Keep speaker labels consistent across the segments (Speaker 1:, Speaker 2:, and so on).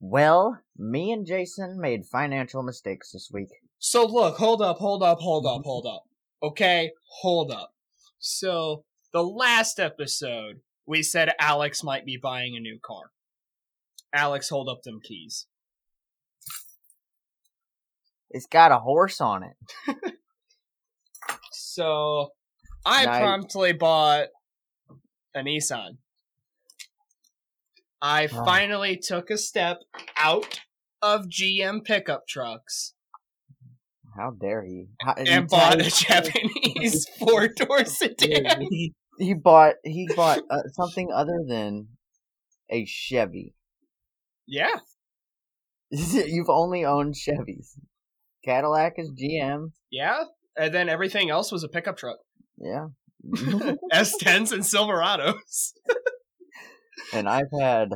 Speaker 1: Well, me and Jason made financial mistakes this week.
Speaker 2: So look, hold up, hold up, hold up, hold up. Okay, hold up. So the last episode, we said Alex might be buying a new car. Alex, hold up them keys.
Speaker 1: It's got a horse on it.
Speaker 2: So I
Speaker 1: Nice.
Speaker 2: promptly bought a Nissan. I
Speaker 1: Ah.
Speaker 2: finally took a step out of GM pickup trucks
Speaker 1: How dare he? How,
Speaker 2: and bought a Japanese four door sedan.
Speaker 1: he, he bought he bought uh, something other than a Chevy.
Speaker 2: Yeah,
Speaker 1: You've only owned Chevys. Cadillac is GM.
Speaker 2: yeah. And then everything else was a pickup truck.
Speaker 1: Yeah.
Speaker 2: S10s and Silverados.
Speaker 1: and I've had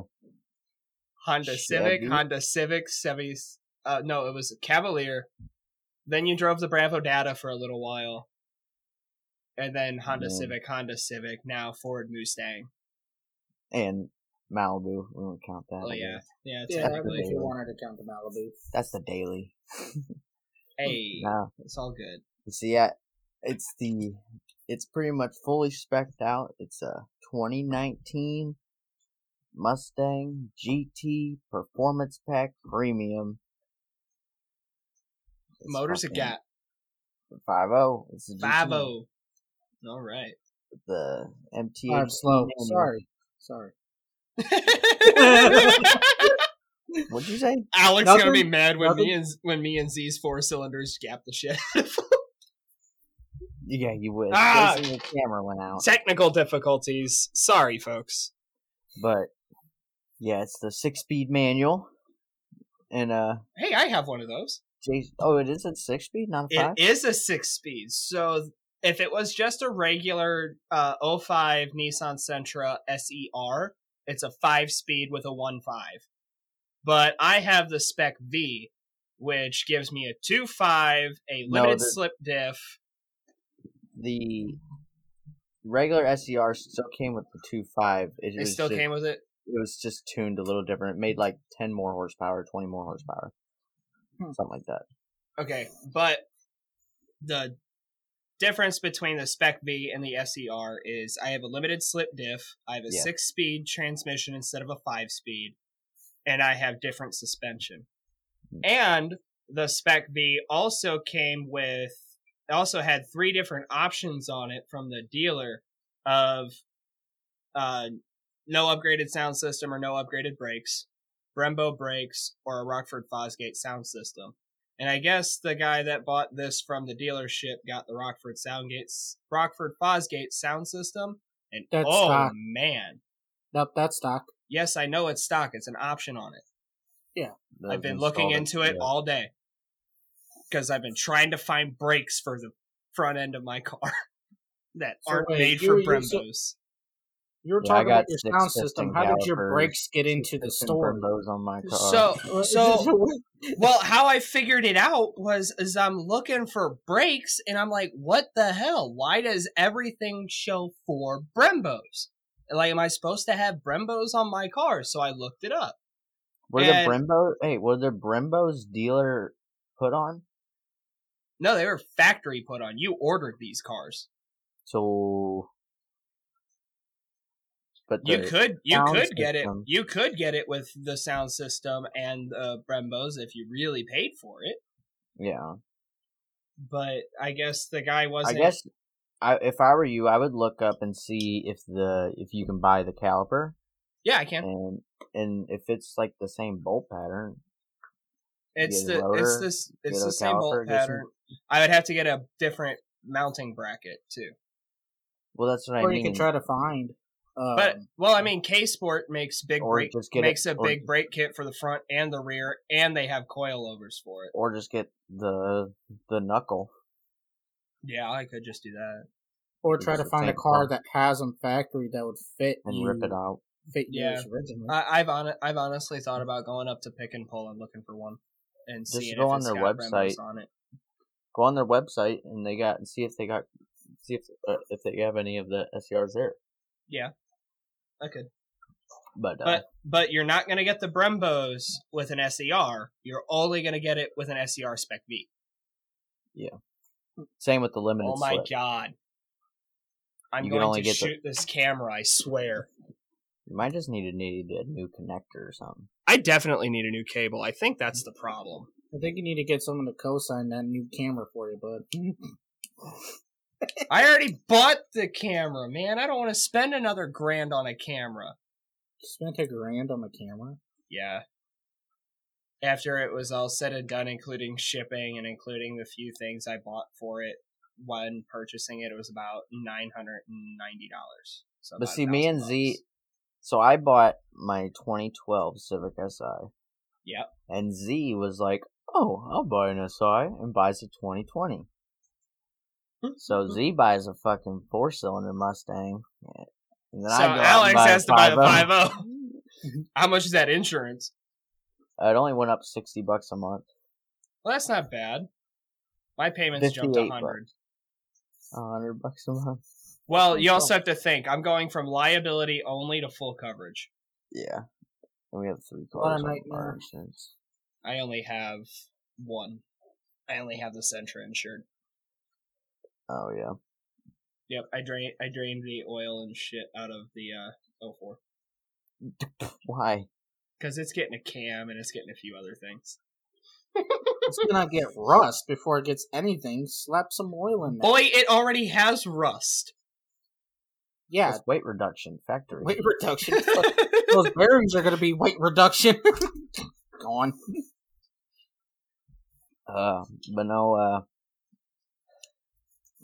Speaker 2: Honda Civic,
Speaker 1: Chevy.
Speaker 2: Honda Civic, Chevy. Uh, no, it was a Cavalier. Then you drove the Bravo Data for a little while, and then Honda
Speaker 1: Yeah.
Speaker 2: Civic, Honda Civic, now Ford Mustang.
Speaker 1: and Malibu. We don't count that.
Speaker 2: Oh
Speaker 1: I
Speaker 2: yeah,
Speaker 1: guess.
Speaker 2: yeah,
Speaker 3: Yeah,
Speaker 2: technically.
Speaker 3: if you wanted to count the Malibu.
Speaker 1: That's the daily.
Speaker 2: Hey,
Speaker 1: No.
Speaker 2: it's all good.
Speaker 1: You see, I, it's the it's pretty much fully specced out. It's a 2019 Mustang GT Performance Pack Premium. It's
Speaker 2: Motors a
Speaker 1: fucking
Speaker 2: gap.
Speaker 1: 5.0. It's a GT.
Speaker 2: Five oh. O. All right.
Speaker 1: The MTH.
Speaker 3: I'm slow.
Speaker 1: name.
Speaker 3: Sorry. Sorry.
Speaker 1: What'd you say?
Speaker 2: Alex
Speaker 3: Nothing-
Speaker 2: gonna be mad when
Speaker 3: nothing-
Speaker 2: me and when me and Z's four cylinders gap the shit.
Speaker 1: Yeah, you would.
Speaker 2: Ah!
Speaker 1: Jason, your camera went out.
Speaker 2: Technical difficulties. Sorry, folks.
Speaker 1: But yeah, it's the six-speed manual, and uh,
Speaker 2: Hey, I have one of those.
Speaker 1: J- oh, it is a six-speed, not a
Speaker 2: It
Speaker 1: five.
Speaker 2: is a six speed. So if it was just a regular uh, 05 Nissan Sentra SER, it's a five speed with a one five. But I have the Spec V, which gives me a two five, a
Speaker 1: No,
Speaker 2: limited
Speaker 1: the-
Speaker 2: slip diff.
Speaker 1: the regular SER still came with the two five. It,
Speaker 2: It
Speaker 1: was
Speaker 2: still
Speaker 1: just,
Speaker 2: came with it.
Speaker 1: It was just tuned a little different. It made like ten more horsepower, twenty more horsepower,
Speaker 3: Hmm.
Speaker 1: something like that.
Speaker 2: Okay, but the difference between the Spec V and the SER is I have a limited slip diff, I have a
Speaker 1: Yeah.
Speaker 2: six speed transmission instead of a five speed, and I have different suspension.
Speaker 1: Hmm.
Speaker 2: And the Spec V also came with, also had three different options on it from the dealer of uh, no upgraded sound system or no upgraded brakes, Brembo brakes, or a Rockford Fosgate sound system. And I guess the guy that bought this from the dealership got the Rockford Soundgates Rockford Fosgate sound system. And
Speaker 3: That's
Speaker 2: oh
Speaker 3: stock.
Speaker 2: man.
Speaker 3: Nope, that's stock.
Speaker 2: Yes, I know it's stock. It's an option on it. I've been looking into it
Speaker 1: uh,
Speaker 2: all day. Because I've been trying to find brakes for the front end of my car that
Speaker 3: So
Speaker 2: aren't
Speaker 3: wait,
Speaker 2: made
Speaker 3: you
Speaker 2: for
Speaker 3: were used to-
Speaker 2: Brembos.
Speaker 3: You were
Speaker 1: Yeah, I
Speaker 3: talking about
Speaker 1: got
Speaker 3: your
Speaker 1: six
Speaker 3: sound
Speaker 1: piston
Speaker 3: system. How did your
Speaker 1: calipers,
Speaker 3: brakes get into the store?
Speaker 1: Those on my car.
Speaker 2: So so
Speaker 3: What?
Speaker 2: well how I figured it out was is I'm looking for brakes and I'm like, what the hell? Why does everything show for Brembos? Like, am I supposed to have Brembos on my car? So I looked it up.
Speaker 1: were
Speaker 2: and-
Speaker 1: the Brembo? Hey, were the Brembo's dealer put on?
Speaker 2: No, they were factory put on. You ordered these cars.
Speaker 1: So, but
Speaker 2: You
Speaker 1: the-
Speaker 2: could you
Speaker 1: sound
Speaker 2: could get it
Speaker 1: system.
Speaker 2: you could get it with the sound system and the Brembos if you really paid for it.
Speaker 1: yeah.
Speaker 2: But I guess the guy
Speaker 1: I
Speaker 2: wasn't
Speaker 1: guess I, if I were you, I would look up and see if the if you can buy the caliper.
Speaker 2: Yeah, I can.
Speaker 1: and and if it's like the same bolt pattern,
Speaker 2: It's
Speaker 1: get a
Speaker 2: the it's
Speaker 1: rotor,
Speaker 2: this
Speaker 1: get
Speaker 2: it's
Speaker 1: a
Speaker 2: the same bolt
Speaker 1: caliper, get some-
Speaker 2: pattern. I would have to get a different mounting bracket too.
Speaker 1: well, that's what I
Speaker 3: Or
Speaker 1: mean.
Speaker 3: you can try to find. Um,
Speaker 2: But well, I mean, K Sport makes big
Speaker 1: or
Speaker 2: brake
Speaker 1: just get it-
Speaker 2: makes a
Speaker 1: or-
Speaker 2: big brake kit for the front and the rear, and they have coilovers for it.
Speaker 1: or just get the the knuckle.
Speaker 2: Yeah, I could just do that.
Speaker 3: or try to
Speaker 1: It's a
Speaker 3: find a
Speaker 1: tank
Speaker 3: car
Speaker 1: pump.
Speaker 3: that has them factory that would fit
Speaker 1: And
Speaker 3: you,
Speaker 1: rip it out.
Speaker 3: fit
Speaker 2: Yeah. Uh,
Speaker 3: yours originally.
Speaker 2: I, I've on I've honestly thought about going up to Pick and Pull and looking for one, and
Speaker 1: Just
Speaker 2: seeing
Speaker 1: go
Speaker 2: if
Speaker 1: on
Speaker 2: it's
Speaker 1: their
Speaker 2: got Brembo's
Speaker 1: website.
Speaker 2: on it.
Speaker 1: Go on their website and they got and see if they got E see if uh, if they have any of the SCRs there.
Speaker 2: I could.
Speaker 1: But, uh,
Speaker 2: But but you're not going to get the Brembos with an SER. You're only going to get it with an SER Spec V.
Speaker 1: same with the limited
Speaker 2: Oh my
Speaker 1: slip.
Speaker 2: god! I'm
Speaker 1: You can
Speaker 2: going
Speaker 1: only
Speaker 2: to
Speaker 1: get the-
Speaker 2: shoot this camera. I swear.
Speaker 1: You might just need a, need a new connector or something.
Speaker 2: I definitely need a new cable. I think that's the problem.
Speaker 3: I think you need to get someone to co-sign that new camera for you, bud.
Speaker 2: I already bought the camera, man. I don't want to spend another grand on a camera.
Speaker 3: Spent a grand on a camera.
Speaker 2: Yeah. After it was all said and done, including shipping and including the few things I bought for it when purchasing it, it was about nine hundred and ninety dollars. So
Speaker 1: But
Speaker 2: about
Speaker 1: see, me and
Speaker 2: 1,000
Speaker 1: Z-
Speaker 2: bucks.
Speaker 1: So I bought my 2012 Civic SI.
Speaker 2: Yep.
Speaker 1: And Z was like, "Oh, I'll buy an SI," and buys a 2020.
Speaker 2: Hmm.
Speaker 1: So Z buys a fucking four-cylinder Mustang, eh, and then
Speaker 2: So
Speaker 1: I go out and
Speaker 2: Alex
Speaker 1: buy oh. a
Speaker 2: has to buy the
Speaker 1: 5.0.
Speaker 2: five zero. How much is that insurance?
Speaker 1: It only went up 60 bucks a month.
Speaker 2: Well, that's not bad. My payments jumped a
Speaker 1: 58
Speaker 2: hundred.
Speaker 1: A 100 bucks a month.
Speaker 2: Well, you
Speaker 1: Oh.
Speaker 2: also have to think. I'm going from liability only to full coverage.
Speaker 1: Yeah. And we have three
Speaker 3: What a
Speaker 1: cars on
Speaker 3: nightmare.
Speaker 1: our insurance.
Speaker 2: I only have one. I only have the Sentra insured.
Speaker 1: Oh yeah.
Speaker 2: Yep, I drain I drained the oil and shit out of the uh 04
Speaker 1: Why?
Speaker 2: because it's getting a cam and it's getting a few other things.
Speaker 3: It's gonna get rust before it gets anything. Slap some oil in there.
Speaker 2: Boy, it already has rust.
Speaker 3: yeah,
Speaker 1: It's weight reduction factory.
Speaker 3: weight reduction. Those bearings are gonna be weight reduction. Gone.
Speaker 1: Uh, but no, uh,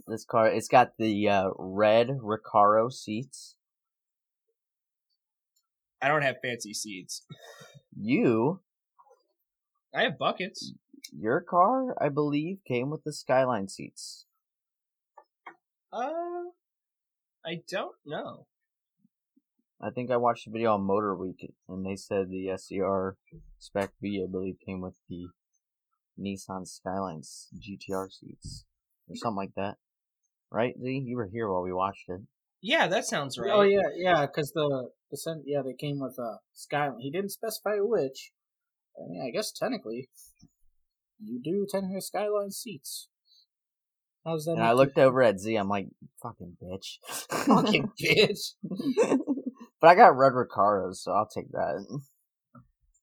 Speaker 1: this car, it's got the, uh, red Recaro seats.
Speaker 2: I don't have fancy seeds.
Speaker 1: You,
Speaker 2: I have buckets.
Speaker 1: your car, I believe, came with the Skyline seats.
Speaker 2: Uh, I don't know.
Speaker 1: I think I watched a video on Motor Week, and they said the SCR Spec V, I believe, came with the Nissan Skyline s- GTR seats. Or something like that. Right, Z? You were here while we watched it.
Speaker 2: Yeah, that sounds right.
Speaker 3: Oh yeah, yeah, because the the sen- yeah they came with a Skyline. He didn't specify which. I mean, I guess technically, you do technically Skyline seats. How's that?
Speaker 1: And I
Speaker 3: make
Speaker 1: looked over at Z, I'm like, fucking bitch.
Speaker 3: you fucking bitch.
Speaker 1: but I got red Recaros, so I'll take that.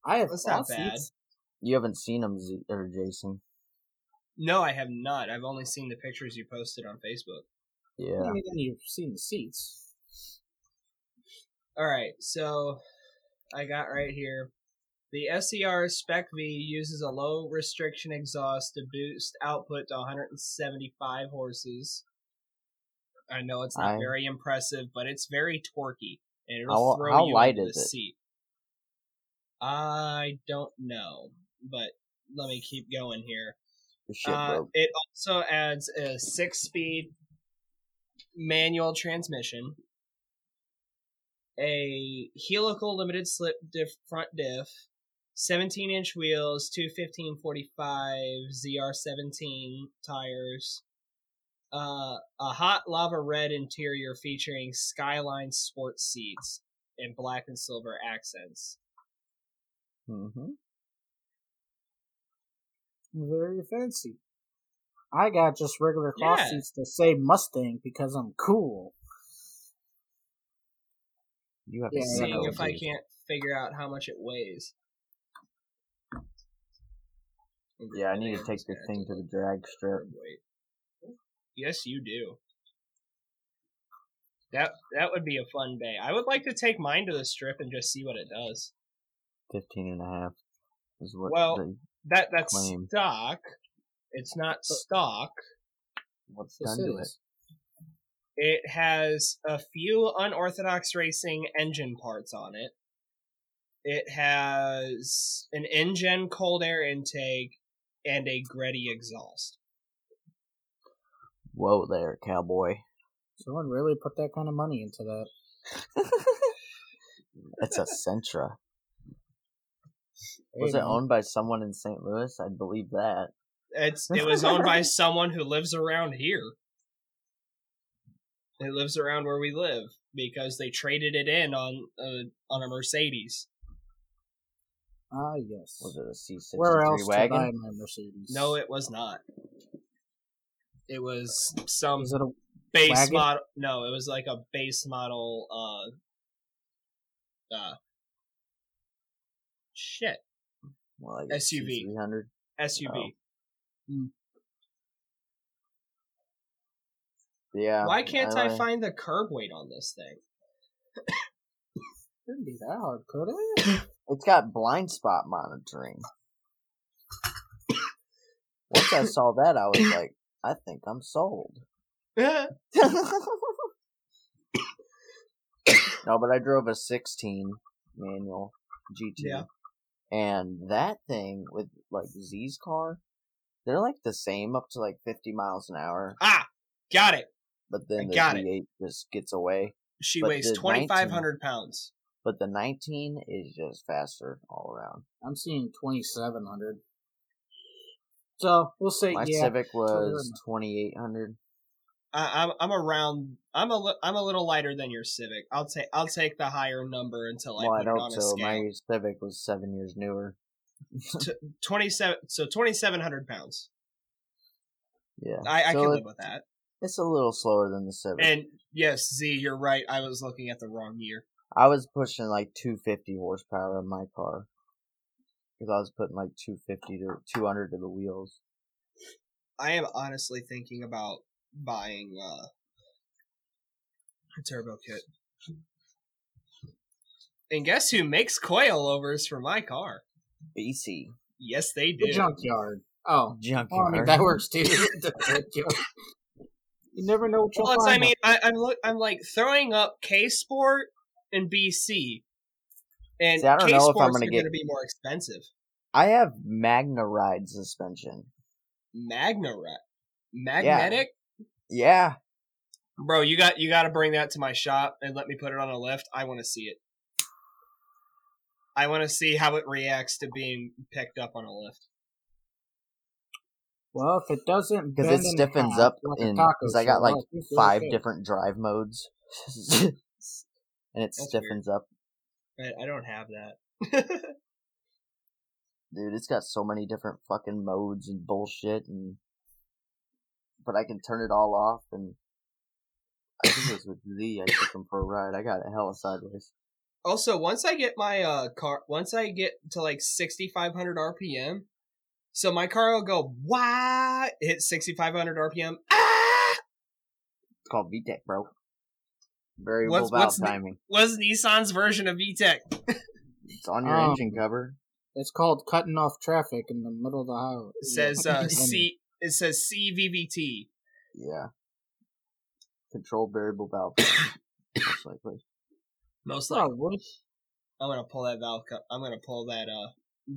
Speaker 3: I have
Speaker 2: That's not
Speaker 3: thought
Speaker 2: bad.
Speaker 3: seats.
Speaker 1: You haven't seen them, Z- or Jason.
Speaker 2: No, I have not. I've only seen the pictures you posted on Facebook.
Speaker 1: Yeah.
Speaker 3: I mean, you've seen the seats.
Speaker 2: All right, so I got right here. The SCR Spec V uses a low restriction exhaust to boost output to 175 horses. I know it's not
Speaker 1: I-
Speaker 2: very impressive, but it's very torquey, and it'll
Speaker 1: How-
Speaker 2: throw
Speaker 1: how
Speaker 2: you
Speaker 1: light
Speaker 2: into
Speaker 1: is
Speaker 2: the
Speaker 1: it?
Speaker 2: seat. I don't know, but let me keep going here.
Speaker 1: Your shit
Speaker 2: Uh,
Speaker 1: broke.
Speaker 2: it also adds a six-speed manual transmission, a helical limited slip diff- front diff, 17-inch wheels, 215 45 ZR17 tires, uh, a hot lava red interior featuring Skyline sports seats in black and silver accents.
Speaker 1: Mm-hmm.
Speaker 3: Very fancy. I got just regular cloth
Speaker 2: Yeah.
Speaker 3: seats to say Mustang because I'm cool.
Speaker 1: You have
Speaker 3: Yeah,
Speaker 1: to
Speaker 2: Seeing
Speaker 1: go,
Speaker 2: if I
Speaker 1: Z.
Speaker 2: can't figure out how much it weighs.
Speaker 1: Yeah, I need to
Speaker 2: I'm
Speaker 1: take
Speaker 2: just
Speaker 1: this
Speaker 2: gonna
Speaker 1: thing
Speaker 2: have
Speaker 1: to the drag strip.
Speaker 2: Wait. Yes, you do. That that would be a fun day. I would like to take mine to the strip and just see what it does.
Speaker 1: 15 and a half is what
Speaker 2: Well-
Speaker 1: they,
Speaker 2: That that's
Speaker 1: Claim.
Speaker 2: stock. It's not stock.
Speaker 1: what's
Speaker 3: This
Speaker 1: done to it.
Speaker 3: is.
Speaker 2: It has a few unorthodox racing engine parts on it. It has an engine cold air intake and a Gretty exhaust.
Speaker 1: Whoa there, cowboy.
Speaker 3: Someone really put that kind of money into that.
Speaker 1: It's a Sentra. Was
Speaker 3: Hey,
Speaker 1: it
Speaker 3: man.
Speaker 1: owned by someone in St. Louis? I believe that.
Speaker 2: It's it was owned by someone who lives around here. It lives around where we live because they traded it in on uh, on a Mercedes.
Speaker 3: Ah, yes.
Speaker 1: Was it a C
Speaker 3: Where else
Speaker 1: sixty three
Speaker 3: did I buy
Speaker 1: wagon?
Speaker 3: my Mercedes?
Speaker 2: No, it was not. It was some
Speaker 3: was it a
Speaker 2: base
Speaker 3: wagon?
Speaker 2: model. No, it was like a base model. Uh, uh, shit,
Speaker 1: Well, like a
Speaker 2: SUV.
Speaker 1: Three hundred.
Speaker 2: SUV.
Speaker 1: Oh.
Speaker 3: Hmm.
Speaker 1: Yeah.
Speaker 2: Why can't I,
Speaker 1: like-
Speaker 2: find the curb weight on this thing?
Speaker 3: Couldn't be that hard, could it?
Speaker 1: It's got blind spot monitoring. Once I saw that, I was like, I think I'm sold.
Speaker 2: I
Speaker 1: no, but I drove a 16 manual GT.
Speaker 2: Yeah.
Speaker 1: And that thing with like Z's car, they're like the same up to like 50 miles an hour,
Speaker 2: ah, got it.
Speaker 1: but
Speaker 2: I
Speaker 1: then the
Speaker 2: got it.
Speaker 1: V8 just gets away.
Speaker 2: She
Speaker 1: But
Speaker 2: weighs
Speaker 1: the
Speaker 2: twenty five hundred pounds.
Speaker 1: But the 19 is just faster all around.
Speaker 3: I'm seeing 2,700. So, we'll say,
Speaker 1: My
Speaker 3: yeah.
Speaker 1: Civic was
Speaker 3: enough.
Speaker 1: 2800.
Speaker 2: I, I'm I'm around. I'm a li- I'm a little lighter than your Civic. I'll take I'll take the higher number until I
Speaker 1: well, I
Speaker 2: put it
Speaker 1: don't,
Speaker 2: on
Speaker 1: so
Speaker 2: a scale.
Speaker 1: my Civic was seven years newer.
Speaker 2: Twenty seven. So twenty seven hundred pounds.
Speaker 1: Yeah.
Speaker 2: I, I
Speaker 1: so
Speaker 2: can
Speaker 1: it-
Speaker 2: live with that.
Speaker 1: It's a little slower than the Civic.
Speaker 2: And yes, Z, you're right. I was looking at the wrong year.
Speaker 1: I was pushing like 250 horsepower in my car because I was putting like 250 to 200 to the wheels.
Speaker 2: I am honestly thinking about buying uh, a turbo kit. And guess who makes coilovers for my car?
Speaker 1: BC
Speaker 2: Yes, they
Speaker 3: The
Speaker 2: do.
Speaker 3: junkyard. Oh. Oh, I
Speaker 1: junkyard.
Speaker 3: mean, that works too. The junkyard. You never know what you'll
Speaker 2: Plus,
Speaker 3: find.
Speaker 2: I mean, I, I'm look, I'm like throwing up K Sport and BC, and
Speaker 1: See, I don't
Speaker 2: K
Speaker 1: know if I'm
Speaker 2: Sports are
Speaker 1: gonna
Speaker 2: going
Speaker 1: get-
Speaker 2: to be more expensive.
Speaker 1: I have Magna Ride suspension.
Speaker 2: Magna Rat, magnetic,
Speaker 1: Yeah,
Speaker 2: bro. You got you got to bring that to my shop and let me put it on a lift. I want to see it. I want to see how it reacts to being picked up on a lift.
Speaker 3: Well, if it doesn't,
Speaker 1: because
Speaker 3: bend
Speaker 1: it
Speaker 3: in
Speaker 1: stiffens
Speaker 3: half
Speaker 1: up
Speaker 3: like a
Speaker 1: in
Speaker 3: taco
Speaker 1: because I got
Speaker 3: shell,
Speaker 1: like
Speaker 3: I think you're
Speaker 1: five
Speaker 3: okay.
Speaker 1: different drive modes, and it
Speaker 2: That's
Speaker 1: stiffens up.
Speaker 2: I, I don't have that.
Speaker 1: Dude, it's got so many different fucking modes and bullshit, and but I can turn it all off. And I think it was with Z. I took him for a ride. I got it hella sideways.
Speaker 2: also, once I get my uh car, once I get to like 6,500 RPM, so my car will go wah, hit 6,500 RPM. Ah!
Speaker 1: It's called VTEC, bro. Variable
Speaker 2: What's-
Speaker 1: valve
Speaker 2: what's the-
Speaker 1: timing.
Speaker 2: Was Nissan's version of VTEC?
Speaker 1: It's on your
Speaker 2: Oh.
Speaker 3: Um,
Speaker 1: engine cover.
Speaker 3: It's called cutting off traffic in the middle of the highway.
Speaker 2: It says uh, C. It says CVVT.
Speaker 1: Yeah. Control variable valve. timing, Most likely.
Speaker 2: Most likely.
Speaker 3: Oh, what?
Speaker 2: I'm gonna pull that valve. Co- I'm gonna pull that uh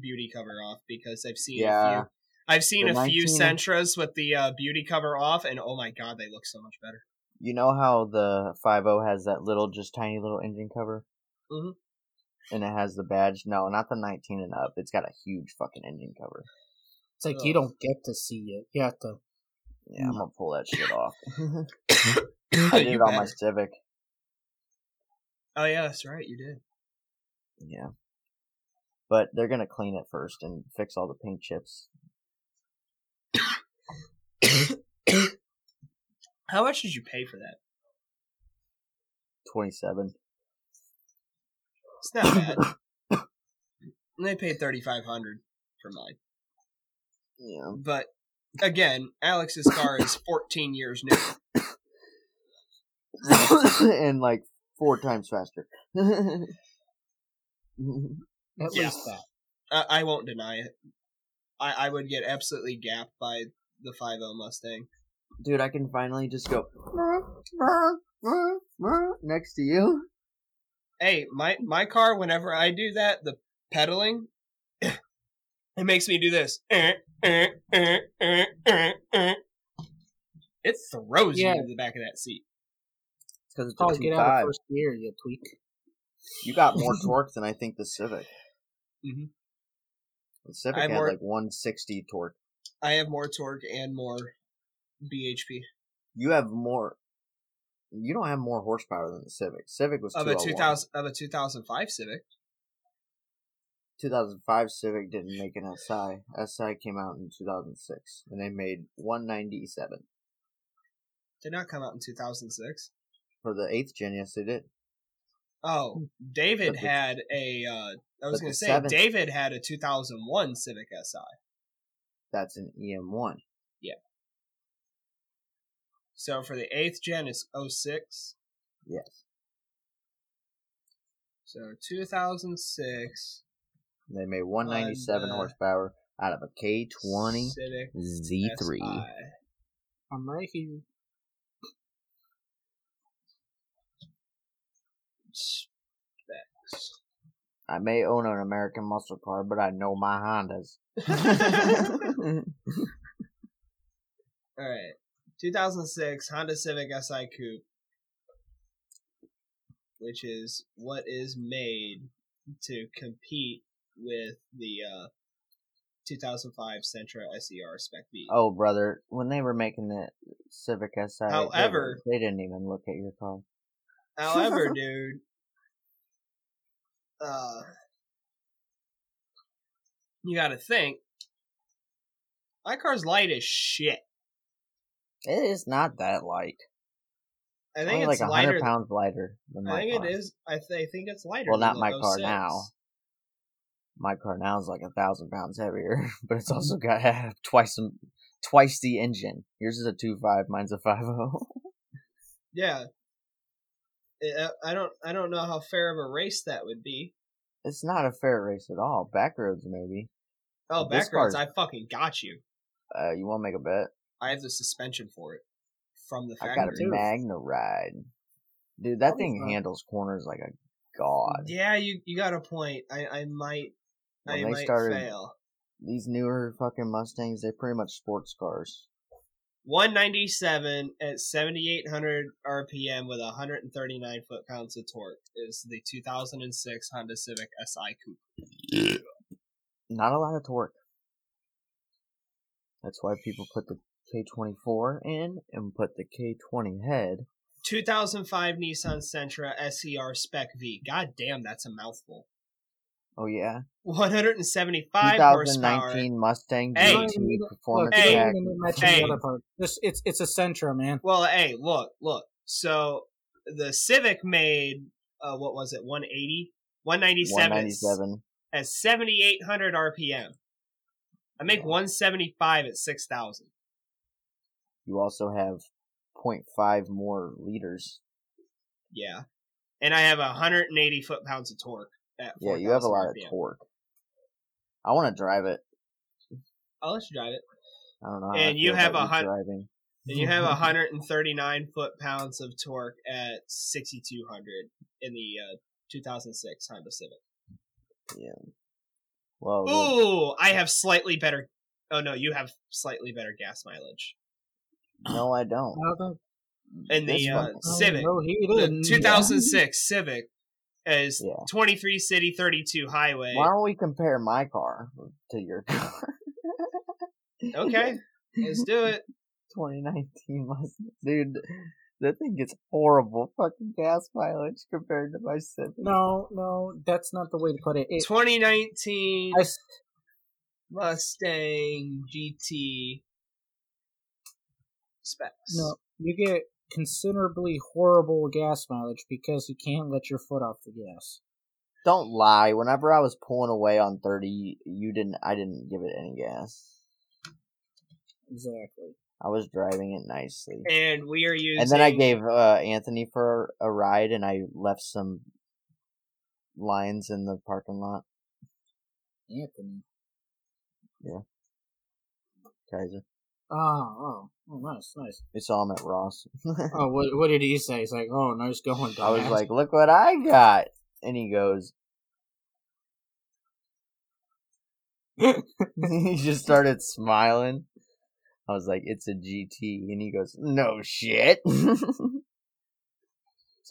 Speaker 2: beauty cover off because I've seen a
Speaker 1: Yeah.
Speaker 2: few. I've seen
Speaker 1: The
Speaker 2: a few
Speaker 1: 19
Speaker 2: Sentras with the uh, beauty cover off, and oh my god, they look so much better.
Speaker 1: You know how the 5.0 has that little, just tiny little engine cover?
Speaker 2: Mhm.
Speaker 1: And it has the badge? No, not the 19 and up. It's got a huge fucking engine cover.
Speaker 3: It's like you don't get to see it. You have to.
Speaker 1: Yeah, I'm gonna pull that shit off. I did
Speaker 2: You
Speaker 1: it on my
Speaker 2: better.
Speaker 1: Civic.
Speaker 2: Oh yeah, that's right. You did.
Speaker 1: Yeah. But they're gonna clean it first and fix all the paint chips.
Speaker 2: How much did you pay for that?
Speaker 1: 27.
Speaker 2: It's not bad. And they paid thirty five hundred for mine,
Speaker 1: Yeah.
Speaker 2: but again, Alex's car is fourteen years new.
Speaker 1: and like four times faster.
Speaker 3: At
Speaker 2: Yeah.
Speaker 3: least that.
Speaker 2: I, I won't deny it. I, I would get absolutely gapped by the 5.0 Mustang.
Speaker 1: Dude, I can finally just go next to you.
Speaker 2: Hey, my my car. Whenever I do that, the pedaling, it makes me do this. It throws
Speaker 3: Yeah.
Speaker 2: you to the back of that seat.
Speaker 1: It's because it's
Speaker 3: Probably
Speaker 1: a
Speaker 3: get
Speaker 1: two
Speaker 3: out of
Speaker 1: five.
Speaker 3: first gear, you tweak.
Speaker 1: You got more torque than I think the Civic.
Speaker 2: Mhm.
Speaker 1: The Civic
Speaker 2: I have
Speaker 1: had
Speaker 2: more-
Speaker 1: like 160 torque.
Speaker 2: I have more torque and more BHP.
Speaker 1: You have more. you don't have more horsepower than the Civic. Civic was
Speaker 2: of a
Speaker 1: 201.
Speaker 2: 2000 of a 2005 Civic.
Speaker 1: 2005 Civic didn't make an SI. SI came out in 2006, and they made 197
Speaker 2: Did not come out in 2006.
Speaker 1: for the eighth gen. Yes, they did.
Speaker 2: Oh, David
Speaker 1: But the-
Speaker 2: had a. Uh, I
Speaker 1: but
Speaker 2: was going
Speaker 1: the
Speaker 2: to say
Speaker 1: seventh-
Speaker 2: David had a 2001 Civic Si.
Speaker 1: That's an E EM1.
Speaker 2: So for the eighth gen, oh it's 06.
Speaker 1: Yes,
Speaker 2: So 2006
Speaker 1: they made 197
Speaker 2: On the-
Speaker 1: horsepower out of a K20
Speaker 2: Civic
Speaker 1: Z3.
Speaker 2: SI.
Speaker 3: I'm right here.
Speaker 2: Specs.
Speaker 1: I may own an American muscle car, but I know my Hondas.
Speaker 2: All right, 2006 Honda Civic Si Coupe, which is what is made to compete with the uh, 2005 Sentra SER Spec B.
Speaker 1: oh, brother, when they were making the Civic SI, they-
Speaker 2: However-
Speaker 1: they didn't even look at your car.
Speaker 2: However, dude, uh, you got to think. My car's light as shit.
Speaker 1: It is not that light.
Speaker 2: I think
Speaker 1: only
Speaker 2: it's
Speaker 1: like a
Speaker 2: lighter.
Speaker 1: hundred pounds lighter than my
Speaker 2: I think
Speaker 1: car.
Speaker 2: it is. I, th- I think it's lighter.
Speaker 1: Well,
Speaker 2: than
Speaker 1: not
Speaker 2: the
Speaker 1: my car
Speaker 2: 06.
Speaker 1: now. My car now is like a thousand pounds heavier, but it's also got half, twice the- twice the engine. Yours is a two five, mine's a five oh. zero.
Speaker 2: Yeah. I- I- I don't. I don't know how fair of a race that would be.
Speaker 1: It's not a fair race at all. Backroads maybe.
Speaker 2: Oh,
Speaker 1: This
Speaker 2: backwards!
Speaker 1: car-
Speaker 2: I fucking got you.
Speaker 1: Uh, you want to make a bet?
Speaker 2: I have the suspension for it from the
Speaker 1: I got a
Speaker 2: factory.
Speaker 3: too.
Speaker 1: Magna ride, dude. That
Speaker 3: Probably
Speaker 1: thing
Speaker 3: not.
Speaker 1: handles corners like a god.
Speaker 2: Yeah, you you got a point. I I might.
Speaker 1: When
Speaker 2: I
Speaker 1: they
Speaker 2: might
Speaker 1: started-
Speaker 2: fail.
Speaker 1: These newer fucking Mustangs, they're pretty much sports cars.
Speaker 2: 197 at 7,800 RPM with 139 foot pounds of torque is the 2006 Honda Civic Si Coupe.
Speaker 1: Not a lot of torque. That's why people put the K24 in and put the K20 head
Speaker 2: 2005 Nissan Sentra SER Spec V. God damn, that's a mouthful.
Speaker 1: Oh yeah,
Speaker 2: 175 horsepower.
Speaker 1: 2019 Mustang
Speaker 2: Hey.
Speaker 1: GT
Speaker 3: Look,
Speaker 1: Performance
Speaker 2: Hey.
Speaker 3: I
Speaker 1: Pack.
Speaker 3: didn't even mention
Speaker 2: Hey.
Speaker 3: the other part. This it's it's a Sentra, man.
Speaker 2: Well, hey, look, look. So the Civic made uh, what was it? 180, 197,
Speaker 1: 197.
Speaker 2: at 7,800 RPM. I make
Speaker 1: Yeah.
Speaker 2: 175 at 6,000.
Speaker 1: You also have 0.5 more liters.
Speaker 2: Yeah, and I have 180 foot pounds of torque. At
Speaker 1: Yeah, you have a
Speaker 2: 4,000
Speaker 1: lot of
Speaker 2: RPM.
Speaker 1: torque. I want to drive it.
Speaker 2: I'll let you drive it.
Speaker 1: I don't know. how I
Speaker 2: And
Speaker 1: feel
Speaker 2: you have
Speaker 1: about
Speaker 2: a hun-
Speaker 1: driving.
Speaker 2: And you have
Speaker 1: Mm-hmm.
Speaker 2: 139 foot pounds of torque at 6,200 in the uh, 2006 Honda Civic.
Speaker 1: Well, look,
Speaker 2: Ooh, I have slightly better. Oh no, you have slightly better gas mileage.
Speaker 1: no, I don't.
Speaker 3: I don't
Speaker 2: And
Speaker 1: This
Speaker 2: the uh,
Speaker 1: fucking-
Speaker 2: Civic,
Speaker 3: know he
Speaker 2: the
Speaker 3: didn't.
Speaker 2: 2006 Civic, is
Speaker 1: Yeah.
Speaker 2: 23 city, 32 highway.
Speaker 1: Why don't we compare my car to your car?
Speaker 2: Okay, let's do it.
Speaker 1: 2019 Mustang, dude. That thing gets horrible fucking gas mileage compared to my Civic.
Speaker 3: No, no, that's not the way to put it. It-
Speaker 2: 2019
Speaker 3: I s-
Speaker 2: Mustang GT specs.
Speaker 3: no, you get considerably horrible gas mileage because you can't let your foot off the gas.
Speaker 1: Don't lie. Whenever I was pulling away on thirty, you didn't. I didn't give it any gas.
Speaker 3: Exactly.
Speaker 1: I was driving it nicely,
Speaker 2: And we are using.
Speaker 1: and then I gave uh, Anthony for a ride, and I left some lines in the parking lot.
Speaker 3: Anthony.
Speaker 1: Kaiser,
Speaker 3: Oh, oh, oh, nice, nice.
Speaker 1: we saw him at Ross.
Speaker 3: Oh, what, what did he say? He's like, oh, nice going.
Speaker 1: I was
Speaker 3: dumbass.
Speaker 1: like, "Look what I got," and he goes. he just started smiling. I was like, "It's a GT," and he goes, "No shit." so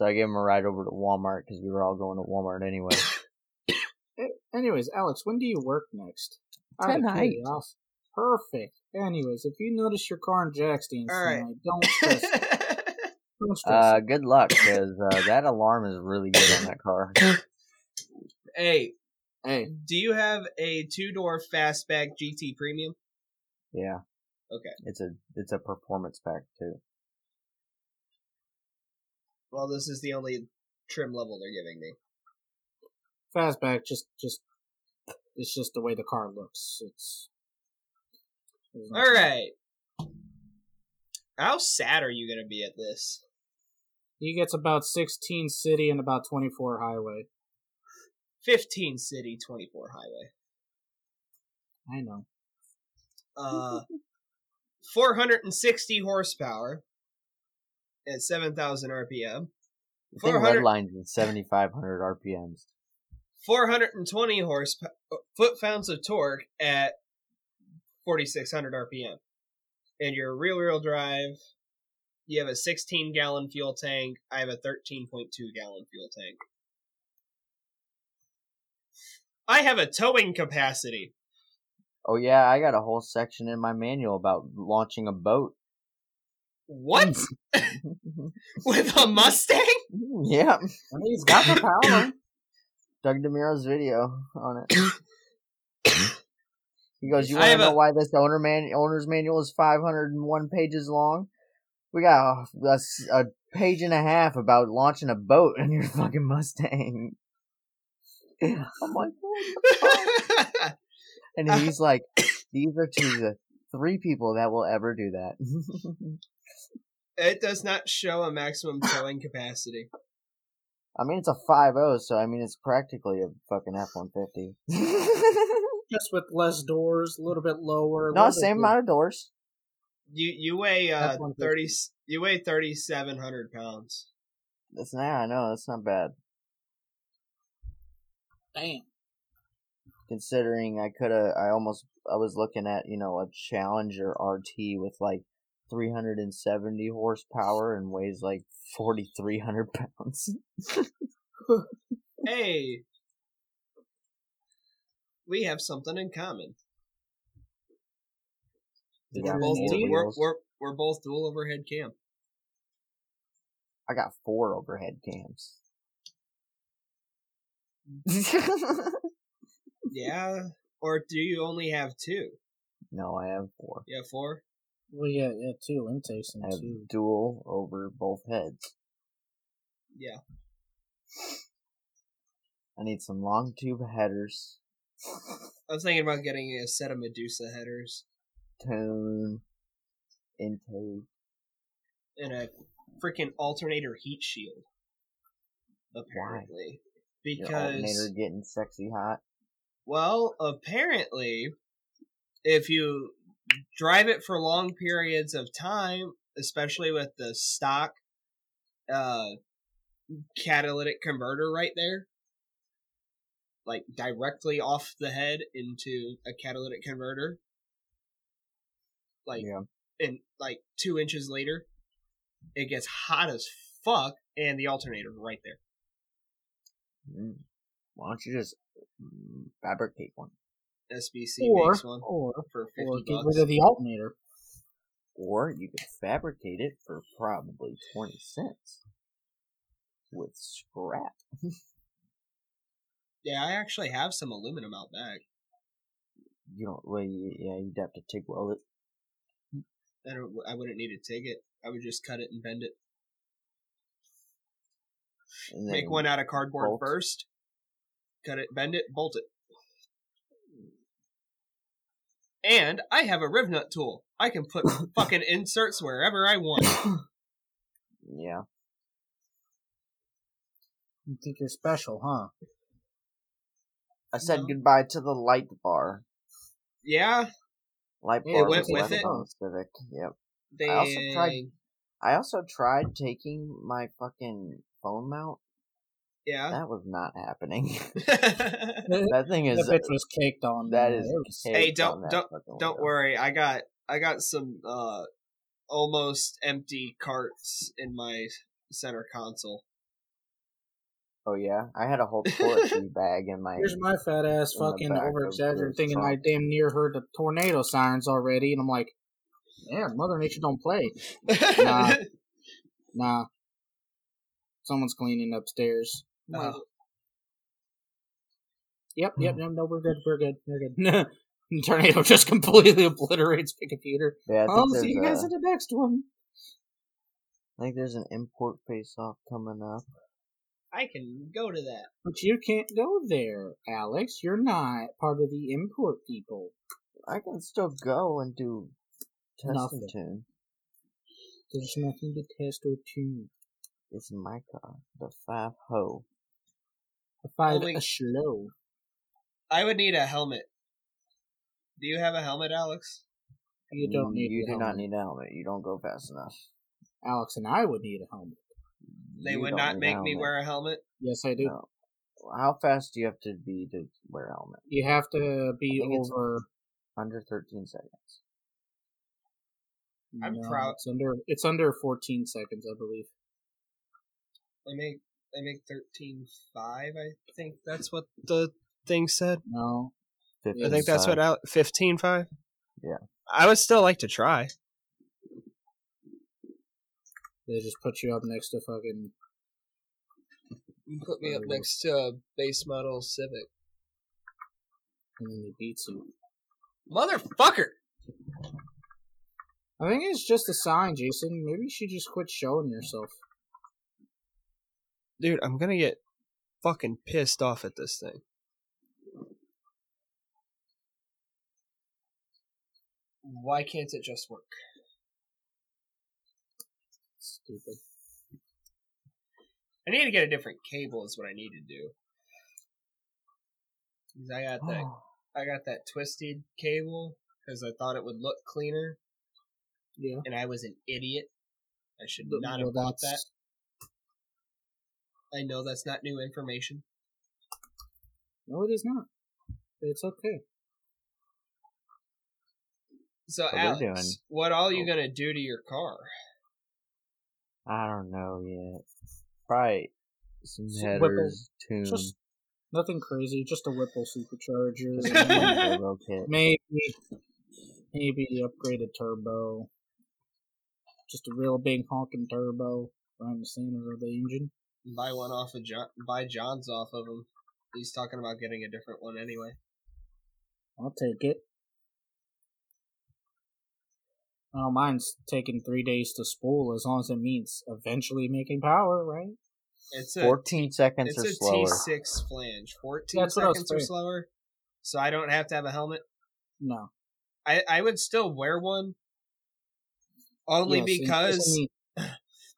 Speaker 1: I gave him a ride over to Walmart because we were all going to Walmart anyway.
Speaker 3: A- Anyways, Alex, when do you work next? Out of
Speaker 1: Tonight.
Speaker 3: curiosity. Perfect. Anyways, if you notice your car in Jack's dance
Speaker 2: All right.
Speaker 3: tonight, don't stress. Don't stress
Speaker 1: Uh, good luck, because uh, that alarm is really good on that car.
Speaker 2: Hey,
Speaker 1: Hey,
Speaker 2: do you have a two door fastback GT Premium?
Speaker 1: yeah.
Speaker 2: Okay.
Speaker 1: It's a it's a performance pack too.
Speaker 2: Well, this is the only trim level they're giving me.
Speaker 3: fastback just just it's just the way the car looks. It's
Speaker 2: All right. How sad are you going to be at this?
Speaker 3: He gets about sixteen city and about twenty four highway.
Speaker 2: 15 city, 24 highway.
Speaker 3: I know.
Speaker 2: Uh, 460 horsepower at 7,000 RPM.
Speaker 1: I think
Speaker 2: 400
Speaker 1: red lines in seventy five hundred RPMs.
Speaker 2: 420 horsepower, uh, foot pounds of torque at 4,600 RPM. And your rear wheel drive, you have a 16 gallon fuel tank. I have a 13.2 gallon fuel tank. I have a towing capacity.
Speaker 1: Oh yeah, I got a whole section in my manual about launching a boat.
Speaker 2: What? With a Mustang?
Speaker 1: yeah,
Speaker 3: I mean, he's got the power.
Speaker 1: Doug Demiro's video on it. He goes, "You
Speaker 2: I
Speaker 1: want to
Speaker 2: have
Speaker 1: know
Speaker 2: a-
Speaker 1: why this owner man owner's manual is 501 pages long? We got a, a s- a page and a half about launching a boat in your fucking Mustang." I'm like, "What the fuck?" and he's like, "These are two of the three people that will ever do that."
Speaker 2: it does not show a maximum towing capacity.
Speaker 1: I mean, it's a 5.0, so I mean, it's practically a fucking F 150.
Speaker 3: just with less doors, a little bit lower. a
Speaker 1: Not
Speaker 3: little
Speaker 1: the same
Speaker 3: bit-
Speaker 1: amount of doors.
Speaker 2: You you weigh uh,
Speaker 3: That's 150.
Speaker 2: thirty. You weigh thirty seven hundred pounds.
Speaker 1: That's nah, I know, that's not bad.
Speaker 3: Damn.
Speaker 1: Considering I could have, I almost, I was looking at, you know, a Challenger RT with like 370 horsepower and weighs like 4,300 pounds.
Speaker 2: Hey, we have something in common.
Speaker 1: You
Speaker 2: We're
Speaker 1: got
Speaker 2: both
Speaker 1: four
Speaker 2: du- we're,
Speaker 1: wheels.
Speaker 2: we're we're both dual overhead cam.
Speaker 1: I got four overhead cams.
Speaker 2: Yeah, or do you only have two?
Speaker 1: no, I have four.
Speaker 2: You have four.
Speaker 3: Well, yeah, yeah, two intakes and
Speaker 1: I have
Speaker 3: two.
Speaker 1: dual over both heads.
Speaker 2: Yeah.
Speaker 1: I need some long tube headers.
Speaker 2: I was thinking about getting a set of Medusa headers
Speaker 1: tone, intake.
Speaker 2: and a freaking alternator heat shield. Apparently,
Speaker 1: Your
Speaker 2: because
Speaker 1: alternator getting sexy hot.
Speaker 2: Well, apparently, if you drive it for long periods of time, especially with the stock uh, catalytic converter right there, like directly off the head into a catalytic converter, like
Speaker 1: yeah.
Speaker 2: and like two inches later, it gets hot as fuck, and the alternator right there.
Speaker 1: Mm. Why don't you just mm, fabricate one?
Speaker 2: SBC
Speaker 3: Or,
Speaker 2: makes one
Speaker 3: or,
Speaker 2: for fifty
Speaker 3: or get
Speaker 2: bucks.
Speaker 3: rid of the alternator.
Speaker 1: Or you could fabricate it for probably 20 cents with scrap.
Speaker 2: Yeah, I actually have some aluminum out back.
Speaker 1: You don't, well, you, yeah, you'd have to TIG weld it.
Speaker 2: I don't. I wouldn't need to take it. I would just cut it and bend it.
Speaker 1: And then
Speaker 2: Make one out of cardboard
Speaker 1: bolt.
Speaker 2: first. Cut it, bend it, bolt it. And I have a rivnut tool. I can put fucking inserts wherever I want.
Speaker 1: Yeah.
Speaker 3: You think you're special, huh?
Speaker 1: I said
Speaker 2: No.
Speaker 1: goodbye to the light bar.
Speaker 2: Yeah,
Speaker 1: Light
Speaker 3: It
Speaker 1: bar
Speaker 2: went
Speaker 1: was
Speaker 2: with
Speaker 1: left
Speaker 2: it?
Speaker 1: on the Civic. Yep.
Speaker 2: they.
Speaker 1: I also tried- I also tried taking my fucking phone mount.
Speaker 2: Yeah.
Speaker 1: That was not happening. that thing
Speaker 3: The
Speaker 1: is uh,
Speaker 3: bitch was caked on.
Speaker 1: That
Speaker 3: man.
Speaker 1: is
Speaker 3: It was-
Speaker 1: caked
Speaker 2: Hey, don't-
Speaker 1: on that
Speaker 2: don't-
Speaker 1: fucking
Speaker 2: Don't
Speaker 1: window.
Speaker 2: worry. I got. I got some uh, almost empty carts in my center console.
Speaker 1: Oh yeah, I had a whole toiletry bag in my.
Speaker 3: Here's my fat ass
Speaker 1: In the
Speaker 3: fucking
Speaker 1: back of
Speaker 3: over exaggerating
Speaker 1: the
Speaker 3: thinking I
Speaker 1: trunk.
Speaker 3: damn near heard the tornado sirens already, and I'm like, yeah, Mother Nature don't play. Nah. Nah. Someone's cleaning upstairs.
Speaker 2: Uh,
Speaker 3: Yep, yep,
Speaker 1: Hmm.
Speaker 3: no, no, we're good, we're good, we're good. Tornado just completely obliterates the computer.
Speaker 1: Yeah, I think,
Speaker 3: I'll
Speaker 1: there's,
Speaker 3: see you guys
Speaker 1: a-
Speaker 3: in the next one.
Speaker 1: I think there's an import face off coming up.
Speaker 2: I can go to that.
Speaker 3: But you can't go there, Alex. You're not part of the import people.
Speaker 1: I can still go and do test
Speaker 3: Nothing.
Speaker 1: and tune.
Speaker 3: There's nothing to test or tune.
Speaker 1: It's my car, the five ho.
Speaker 3: A five
Speaker 2: Holy-
Speaker 3: a slow.
Speaker 2: I would need a helmet. Do you have a helmet, Alex?
Speaker 3: You don't need
Speaker 1: Mm, You
Speaker 3: a
Speaker 1: do
Speaker 3: helmet.
Speaker 1: not need a helmet. You don't go fast enough.
Speaker 3: Alex and I would need a helmet.
Speaker 2: They
Speaker 1: You
Speaker 2: would
Speaker 1: don't need
Speaker 2: not
Speaker 1: a
Speaker 2: make me
Speaker 1: helmet.
Speaker 2: wear a helmet.
Speaker 3: Yes, I do.
Speaker 1: No. How fast do you have to be to wear a helmet?
Speaker 3: You have to be
Speaker 1: I think it's-
Speaker 3: over.
Speaker 1: Under 13 seconds.
Speaker 2: I'm
Speaker 3: no,
Speaker 2: proud-
Speaker 3: It's under. It's under 14 seconds, I believe.
Speaker 2: I make I make thirteen five. I think that's what the thing said.
Speaker 3: No,
Speaker 2: I think that's what
Speaker 1: I-
Speaker 2: out fifteen five.
Speaker 1: Yeah.
Speaker 2: I would still like to try.
Speaker 3: they just put you up next to fucking.
Speaker 2: Put
Speaker 3: me
Speaker 1: Mm.
Speaker 3: up next
Speaker 2: to a base model Civic.
Speaker 3: And then they beats you.
Speaker 2: Motherfucker!
Speaker 3: I think it's just a sign, Jason. Maybe you should just quit showing yourself.
Speaker 2: Dude, I'm gonna get fucking pissed off at this thing. Why can't it just work?
Speaker 3: Stupid.
Speaker 2: I need to get a different cable. Is what I need to do. 'Cause I got that. I got that twisted cable because I thought it would look cleaner,
Speaker 3: Yeah.
Speaker 2: and I was an idiot. I should
Speaker 3: But-
Speaker 2: not
Speaker 3: well,
Speaker 2: have bought that.
Speaker 3: that's-
Speaker 2: I know that's not new information.
Speaker 3: No, it is not. It's okay.
Speaker 2: So,
Speaker 1: What are
Speaker 2: Alex,
Speaker 1: we doing?
Speaker 2: what all you
Speaker 1: Oh.
Speaker 2: gonna do to your car?
Speaker 1: I don't know yet. Probably some
Speaker 3: Some whipple.
Speaker 1: headers, tune,
Speaker 2: Hmm.
Speaker 3: Just nothing crazy. Just a Whipple supercharger.
Speaker 1: and turbo kit.
Speaker 3: maybe, maybe the upgraded turbo. Just a real big honking turbo around the center of the engine.
Speaker 2: Buy one off of John. Buy John's off of him. He's talking about getting a different one anyway.
Speaker 3: I'll take it. Oh, mine's taking three days to spool as long as it means eventually making power, right?
Speaker 2: It's a
Speaker 1: 14 seconds
Speaker 2: it's
Speaker 1: or
Speaker 2: a
Speaker 1: slower.
Speaker 2: six flange. Fourteen
Speaker 3: That's what I was
Speaker 2: seconds or
Speaker 3: saying.
Speaker 2: slower. So I don't have to have a helmet.
Speaker 3: No.
Speaker 2: I I would still wear one. Only
Speaker 3: Yes, in case
Speaker 2: because
Speaker 3: any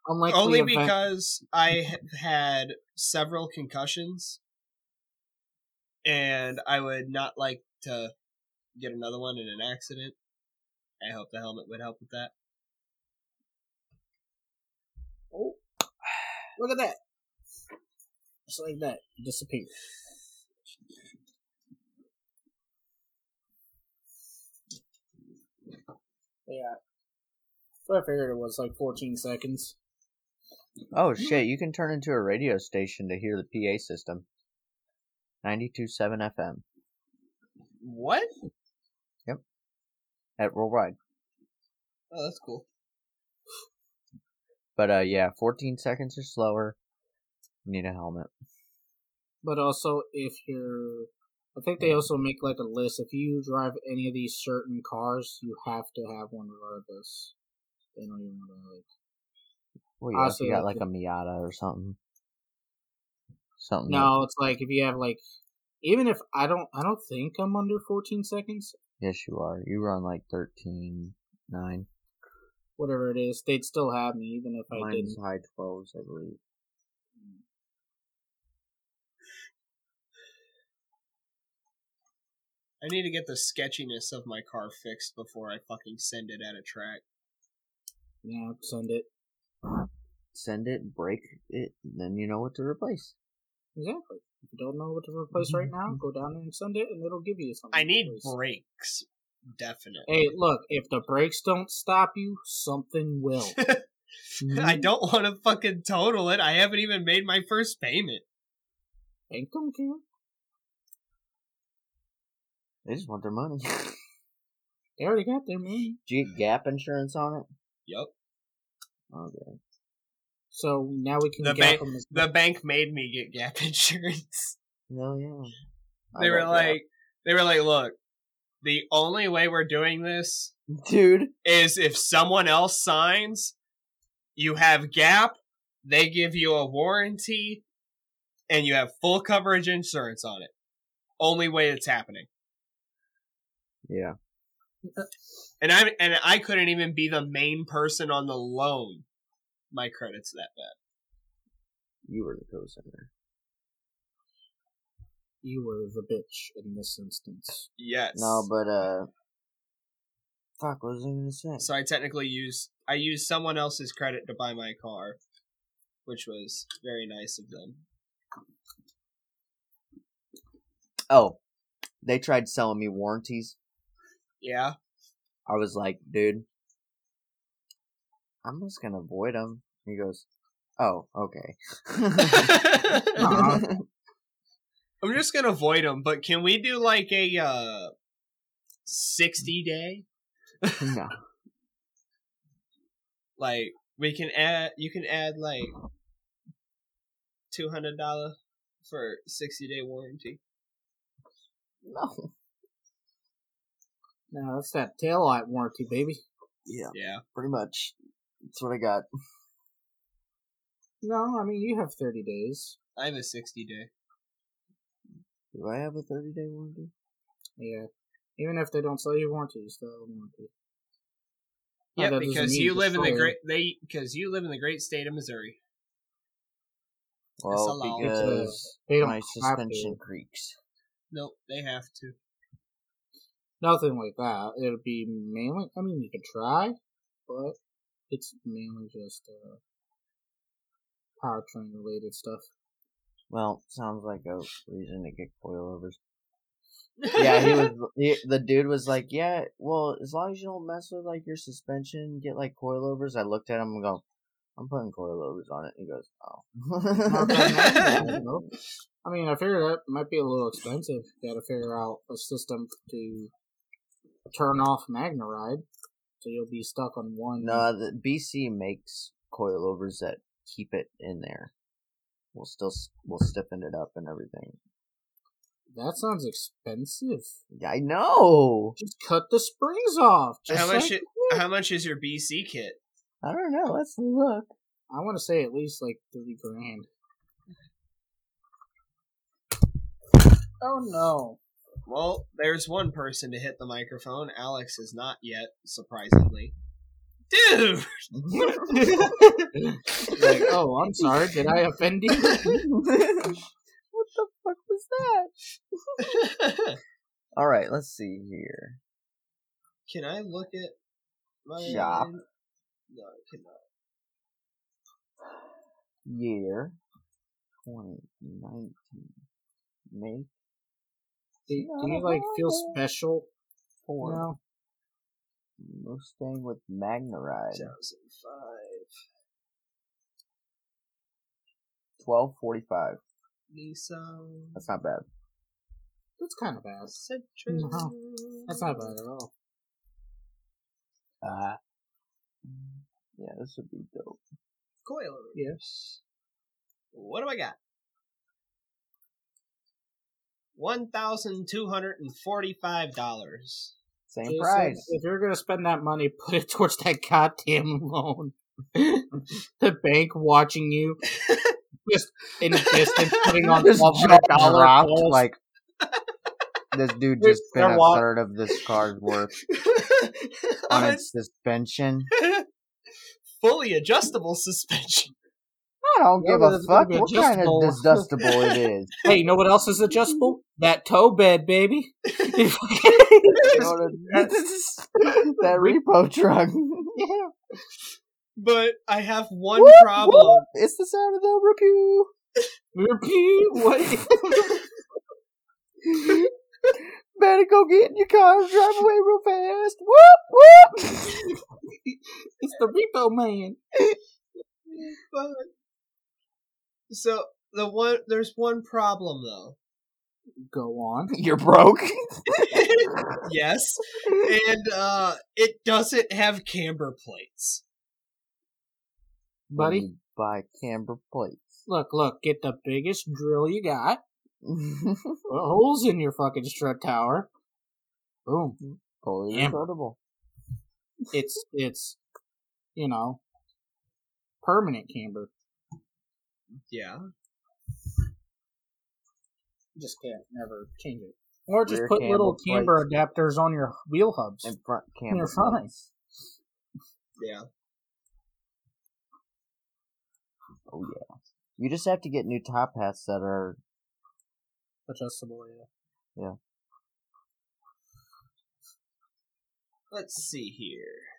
Speaker 3: unlikely
Speaker 2: only
Speaker 3: event-
Speaker 2: because I have had several concussions, and I would not like to get another one in an accident. I hope the helmet would help with that.
Speaker 3: Oh, look at that. Just like that, disappear. Yeah. So I figured it was like 14 seconds.
Speaker 1: Oh
Speaker 2: Hmm.
Speaker 1: shit, you can turn into a radio station to hear the PA system. 92.7 FM
Speaker 2: What?
Speaker 1: at Worldwide.
Speaker 2: Oh, that's cool.
Speaker 1: But uh yeah, 14 seconds or slower. You need a helmet.
Speaker 3: But also, if you're. I think they also make like a list. If you drive any of these certain cars, you have to have one regardless. They don't even want to like.
Speaker 1: Well, yeah, if
Speaker 3: Also,
Speaker 1: you got
Speaker 3: like
Speaker 1: like
Speaker 3: the-
Speaker 1: a Miata or something. Something.
Speaker 3: No, it's like if you have like. Even if I don't, I don't think I'm under 14 seconds.
Speaker 1: that- yes, you are. You run like 13, 9.
Speaker 3: whatever it is, they'd still have me even if I
Speaker 1: Mine's
Speaker 3: Oh, didn't.
Speaker 1: high 12s, I believe.
Speaker 2: I need to get the sketchiness of my car fixed before I fucking send it at a track.
Speaker 3: Yeah, send it.
Speaker 1: Send it, break it, and then you know what to replace.
Speaker 3: Exactly. If you don't know what to replace right now, go down there and send it, and it'll give you something.
Speaker 2: I
Speaker 3: to
Speaker 2: need
Speaker 3: replace.
Speaker 2: brakes, definitely.
Speaker 3: Hey, look, if the brakes don't stop you, something will. Mm-hmm.
Speaker 2: I don't want to fucking total it. I haven't even made my first payment.
Speaker 3: Bank don't care.
Speaker 1: They just want their money.
Speaker 3: They already got their money.
Speaker 1: Do you get gap insurance on it?
Speaker 2: Yep.
Speaker 1: Okay.
Speaker 3: So now we can
Speaker 2: The
Speaker 3: gap
Speaker 2: bank-
Speaker 3: them as
Speaker 2: The bank made me get gap insurance.
Speaker 1: No, yeah. I
Speaker 2: They were
Speaker 1: love that.
Speaker 2: like, they were like, look, the only way we're doing this
Speaker 1: dude,
Speaker 2: is if someone else signs, you have gap, they give you a warranty, and you have full coverage insurance on it. Only way it's happening.
Speaker 1: yeah,
Speaker 2: And I and I couldn't even be the main person on the loan. My credit's that bad.
Speaker 1: you were the co-signer.
Speaker 3: you were the bitch in this instance.
Speaker 2: Yes.
Speaker 1: No, but uh, fuck, what was I gonna say?
Speaker 2: so I technically used I used someone else's credit to buy my car, which was very nice of them.
Speaker 1: Oh, they tried selling me warranties.
Speaker 2: Yeah.
Speaker 1: I was like, dude, I'm just gonna avoid them. He goes, oh, okay.
Speaker 2: I'm just gonna avoid them, but can we do like a uh, sixty day?
Speaker 1: no,
Speaker 2: Like we can add, you can add like two hundred dollar for sixty day warranty.
Speaker 1: no.
Speaker 3: Now that's that tail light warranty, baby.
Speaker 1: Yeah,
Speaker 2: Yeah,
Speaker 1: pretty much. That's what I got.
Speaker 3: No, I mean you have thirty days.
Speaker 2: I have a sixty day.
Speaker 1: Do I have a 30 day warranty?
Speaker 3: Yeah. Even if they don't sell you warranty, you still have a warranty. Oh,
Speaker 2: Yeah,
Speaker 3: that doesn't
Speaker 2: because
Speaker 3: mean
Speaker 2: you live in the
Speaker 3: destroy.
Speaker 2: great they because you live in the great state of Missouri.
Speaker 1: Well,
Speaker 2: allowed.
Speaker 3: It's, uh,
Speaker 1: because
Speaker 3: They don't
Speaker 1: my
Speaker 3: have
Speaker 1: suspension
Speaker 3: to.
Speaker 1: creaks.
Speaker 2: Nope, they have to.
Speaker 3: Nothing like that. It would be mainly. I mean, you could try, but it's mainly just uh, powertrain related stuff.
Speaker 1: Well, sounds like a reason to get coilovers. yeah, he was. He, the dude was like, "Yeah, well, as long as you don't mess with like your suspension, get like coilovers." I looked at him and go, "I'm putting coilovers on it." He goes, "Oh,
Speaker 3: I don't know. I mean, I figure that might be a little expensive. Got to figure out a system to turn off Magna Ride, so you'll be stuck on one.
Speaker 1: no." The BC makes coilovers that keep it in there. We'll still s- we'll stiffen it up and everything.
Speaker 3: That sounds expensive.
Speaker 1: Yeah, I know.
Speaker 3: Just cut the springs off. Just
Speaker 2: how much?
Speaker 3: like-
Speaker 2: i- how much is your BC kit?
Speaker 1: I don't know. Let's look.
Speaker 3: I want to say at least like thirty grand. Oh no!
Speaker 2: Well, there's one person to hit the microphone. Alex is not yet, surprisingly. Dude!
Speaker 3: like, oh, I'm sorry. Did I offend you?
Speaker 1: what the fuck was that? All right, let's see here.
Speaker 2: Can I look at my
Speaker 1: Yeah.
Speaker 2: No, I cannot.
Speaker 1: year 2019 make
Speaker 3: Do, do you like feel special?
Speaker 1: four
Speaker 3: No.
Speaker 1: Mustang with Magna Ride
Speaker 2: 2005
Speaker 1: 1245.
Speaker 2: Nissan
Speaker 1: That's not bad.
Speaker 3: That's kind of bad.
Speaker 2: Sentra.
Speaker 3: No, That's not bad at all.
Speaker 1: Uh, yeah, this would be dope.
Speaker 2: Coil.
Speaker 3: Yes.
Speaker 2: What do I got? 1245 dollars.
Speaker 1: Same
Speaker 3: Jason,
Speaker 1: price.
Speaker 3: If you're gonna spend that money, put it towards that goddamn loan. the bank watching you, just in the distance, putting on
Speaker 1: This
Speaker 3: twelve
Speaker 1: jaw
Speaker 3: hundred dollar
Speaker 1: dropped
Speaker 3: bills.
Speaker 1: like this dude
Speaker 3: There's
Speaker 1: just spent
Speaker 3: no
Speaker 1: a
Speaker 3: wa-
Speaker 1: third of this car's worth on
Speaker 2: On
Speaker 1: its suspension.
Speaker 2: fully adjustable suspension.
Speaker 1: I don't
Speaker 3: Yeah,
Speaker 1: give
Speaker 3: but
Speaker 1: a
Speaker 3: it's gonna
Speaker 1: fuck
Speaker 3: be
Speaker 1: what kind of
Speaker 3: adjustable.
Speaker 1: disgustable it is.
Speaker 3: hey, you know what else is adjustable? That toe bed, baby.
Speaker 1: You know what it- that repo truck. yeah.
Speaker 2: But I have one
Speaker 1: Whoop,
Speaker 2: problem.
Speaker 1: whoop. It's the sound of the repew.
Speaker 3: Repeat what?
Speaker 1: Better go get in your car and drive away real fast. Whoop whoop.
Speaker 3: It's the repo man.
Speaker 2: But so the one there's one problem though.
Speaker 3: Go on.
Speaker 1: You're broke.
Speaker 2: yes. And uh it doesn't have camber plates.
Speaker 1: Mm.
Speaker 3: Buddy?
Speaker 1: by Camber Plates.
Speaker 3: Look, look, get the biggest drill you got. Put holes in your fucking strut tower. Boom.
Speaker 1: Fully
Speaker 3: Damn.
Speaker 1: recordable.
Speaker 3: It's it's you know permanent camber.
Speaker 2: Yeah.
Speaker 3: You just can't never change it. Or just
Speaker 1: Rear
Speaker 3: put little
Speaker 1: camber
Speaker 3: camber adapters on your wheel hubs.
Speaker 1: And front
Speaker 3: And
Speaker 1: camber
Speaker 3: you're fine.
Speaker 1: plates.
Speaker 2: Yeah.
Speaker 1: Oh yeah. You just have to get new top hats that are
Speaker 3: Adjustable, yeah.
Speaker 2: Let's see here.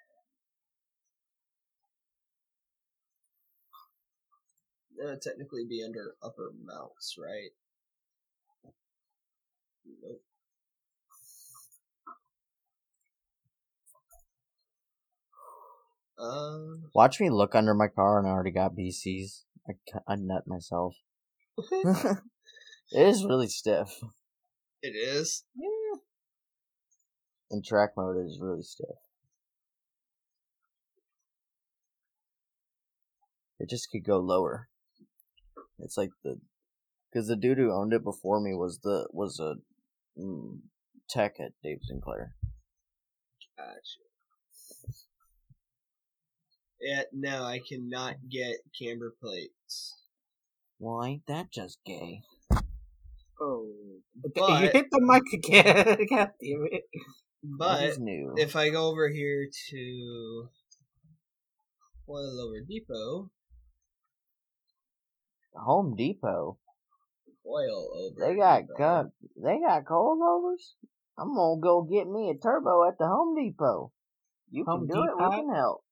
Speaker 2: That would technically be under upper mounts, right? Nope. Um.
Speaker 1: Watch me look under my car and I already got BCs. I, ca- I nut myself. it is really stiff.
Speaker 2: It is.
Speaker 3: Yeah.
Speaker 1: In track mode, it is really stiff. It just could go lower. It's like the, because the dude who owned it before me was the was a mm, tech at Dave Sinclair.
Speaker 2: Gotcha. Yeah, no, I cannot get camber plates.
Speaker 1: Well, ain't that just gay?
Speaker 3: Oh. you
Speaker 2: But-
Speaker 3: hit the mic again. God damn it.
Speaker 1: That
Speaker 2: But
Speaker 1: is new.
Speaker 2: if I go over here to Oil Over Depot,
Speaker 1: Home Depot.
Speaker 2: Oil Over
Speaker 1: They got
Speaker 2: Depot.
Speaker 1: gun. They got cold overs. I'm gonna go get me a turbo at the Home Depot. You
Speaker 3: Home
Speaker 1: can do it.
Speaker 3: Depot?
Speaker 1: We can help.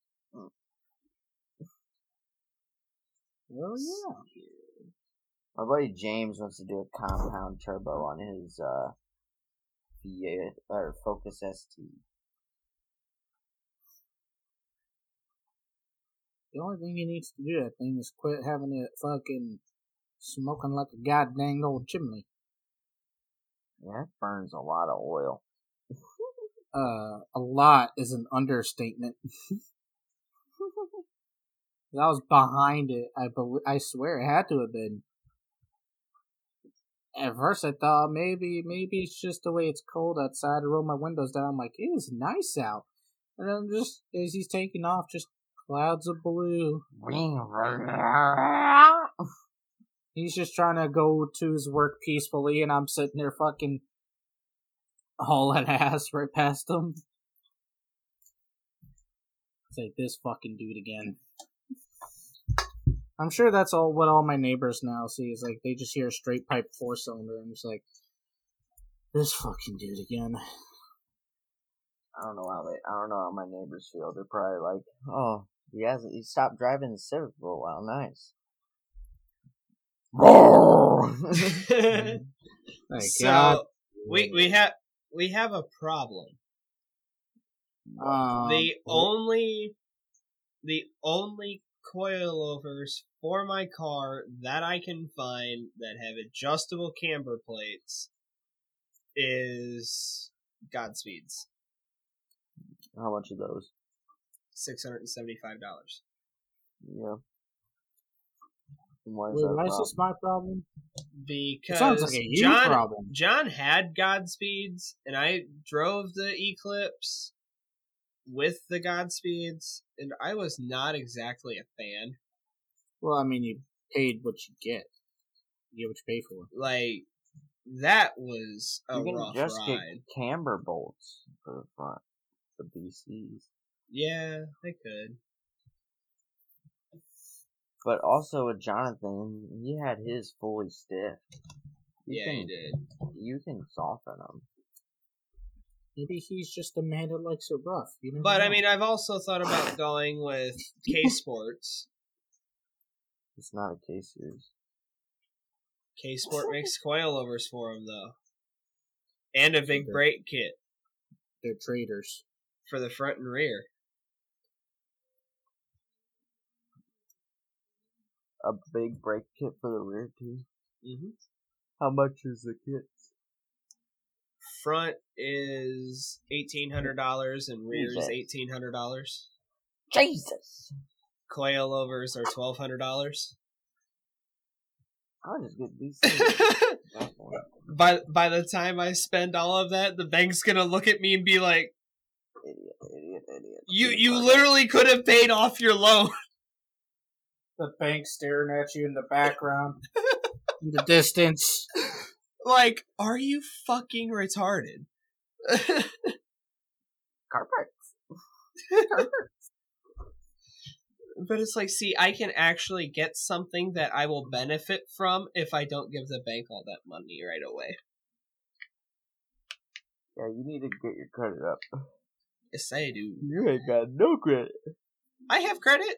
Speaker 3: Oh yeah.
Speaker 1: My buddy James wants to do a compound turbo on his uh, Fiat or Focus ST.
Speaker 3: The only thing he needs to do that thing is quit having it fucking smoking like a goddamn old chimney.
Speaker 1: Yeah, that burns a lot of oil.
Speaker 3: Uh, a lot is an understatement. 'Cause I was behind it. I bel I swear it had to have been. At first, I thought maybe maybe it's just the way it's cold outside. I roll my windows down. I'm like, it is nice out. And then just as he's taking off, just clouds of blue. He's just trying to go to his work peacefully, and I'm sitting there fucking hauling ass right past him. It's like this fucking dude again. I'm sure that's all what all my neighbors now see is like they just hear a straight pipe four cylinder and it's like this fucking dude again.
Speaker 1: I don't know how they, I don't know how my neighbors feel. They're probably like, "Oh, he hasn't. He stopped driving the Civic for a while. Nice."
Speaker 3: Like
Speaker 2: so
Speaker 3: Oh God,
Speaker 2: we we have we have a problem.
Speaker 3: um,
Speaker 2: the only the only coilovers for my car that I can find that have adjustable camber plates is Godspeeds.
Speaker 1: How much of those?
Speaker 2: Six hundred and seventy five dollars.
Speaker 1: Yeah. Why is
Speaker 3: wait,
Speaker 1: that
Speaker 3: why
Speaker 1: a
Speaker 3: is this my problem? It
Speaker 2: Because
Speaker 3: sounds like a huge
Speaker 2: John
Speaker 3: problem.
Speaker 2: John had Godspeeds, and I drove the Eclipse with the Godspeeds, and I was not exactly a fan.
Speaker 3: Well, I mean, you paid what you get. You get what you pay for.
Speaker 2: Like that was a
Speaker 1: problem? You
Speaker 2: rough
Speaker 1: can just
Speaker 2: ride.
Speaker 1: get camber bolts for the front, the BCs.
Speaker 2: Yeah, I could.
Speaker 1: But also with Jonathan, he had his fully stiff. You
Speaker 2: yeah,
Speaker 1: can,
Speaker 2: you did.
Speaker 1: You can soften them.
Speaker 3: Maybe he's just a man that likes it rough. You never know.
Speaker 2: But I mean, I've also thought about going with K Sports.
Speaker 1: It's not a case series.
Speaker 2: K Sport makes coilovers for them though, and a big brake kit
Speaker 3: they're traders.
Speaker 2: for the front and rear.
Speaker 1: A big brake kit for the rear too.
Speaker 2: Mm-hmm.
Speaker 1: How much is the kit?
Speaker 2: Front is eighteen hundred dollars, and rear is
Speaker 1: Jesus.
Speaker 2: eighteen hundred dollars.
Speaker 1: Jesus.
Speaker 2: coilovers are twelve hundred dollars.
Speaker 1: I'll just get BC. That's all.
Speaker 2: by by the time I spend all of that, the bank's gonna look at me and be like,
Speaker 1: idiot, idiot, idiot.
Speaker 2: "You you literally could have paid off your loan."
Speaker 3: The bank staring at you in the background, in the distance.
Speaker 2: Like, are you fucking retarded?
Speaker 1: car parts.
Speaker 2: but it's like, see, I can actually get something that I will benefit from if I don't give the bank all that money right away.
Speaker 1: Yeah, you need to get your credit up.
Speaker 2: Yes, I do.
Speaker 1: You ain't got no credit.
Speaker 2: I have credit.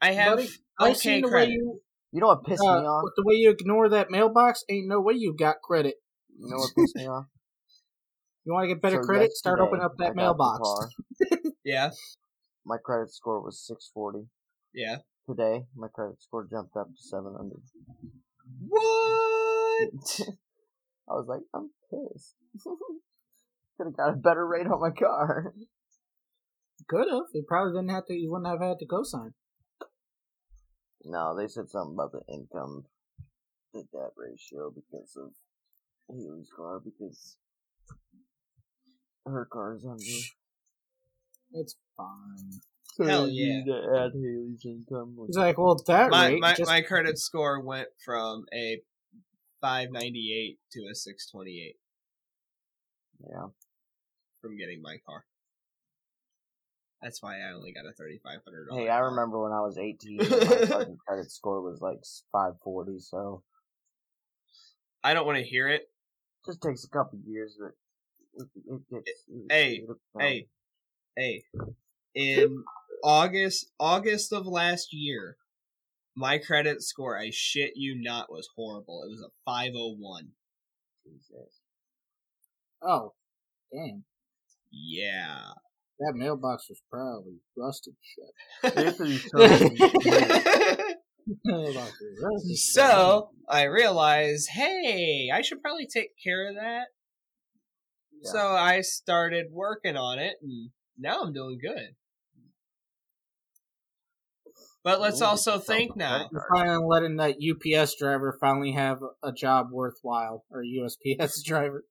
Speaker 2: I have
Speaker 3: Buddy, I
Speaker 2: okay
Speaker 3: seen the way
Speaker 2: credit.
Speaker 3: you,
Speaker 1: You know what pissed
Speaker 3: uh,
Speaker 1: me off?
Speaker 3: with the way you ignore that mailbox. Ain't no way you got credit.
Speaker 1: You know what pissed me off?
Speaker 3: You want to get better
Speaker 1: So
Speaker 3: credit? Start
Speaker 1: yesterday,
Speaker 3: opening up
Speaker 1: I
Speaker 3: that
Speaker 1: got the
Speaker 3: mailbox.
Speaker 1: car.
Speaker 2: yeah,
Speaker 1: My credit score was 640.
Speaker 2: yeah.
Speaker 1: Today, my credit score jumped up to 700.
Speaker 2: What?
Speaker 1: I was like, I'm pissed. Could have got a better rate on my car.
Speaker 3: Could have. You probably didn't have to. You wouldn't have had to co-sign.
Speaker 1: No, they said something about the income to debt ratio because of Haley's car because her car is under.
Speaker 3: It's fine.
Speaker 1: So
Speaker 2: Hell
Speaker 1: they
Speaker 2: yeah.
Speaker 1: need to add Haley's income.
Speaker 3: He's like, well, at that
Speaker 2: my
Speaker 3: rate,
Speaker 2: my,
Speaker 3: just
Speaker 2: my credit score went from a 598 to a 628
Speaker 1: yeah,
Speaker 2: from getting my car. That's why I only got a 3500.
Speaker 1: hey, I remember when I was eighteen, and my fucking credit score was like five forty. So
Speaker 2: I don't want to hear it.
Speaker 1: just takes a couple years, but it, it gets.
Speaker 2: Hey,
Speaker 1: it-
Speaker 3: Oh.
Speaker 2: Hey, hey. In August August of last year, my credit score, I shit you not, was horrible. It was a 501.
Speaker 1: Jesus.
Speaker 3: oh, damn,
Speaker 2: Yeah.
Speaker 3: that mailbox was probably rusted shut. Mailbox was rusted shut.
Speaker 2: so I realized, hey, I should probably take care of that.
Speaker 1: Yeah.
Speaker 2: So I started working on it, and now I'm doing good. But let's
Speaker 1: Ooh,
Speaker 2: also
Speaker 1: that sounds
Speaker 2: think now.
Speaker 3: You're finally letting that UPS driver finally have a job worthwhile, or USPS driver.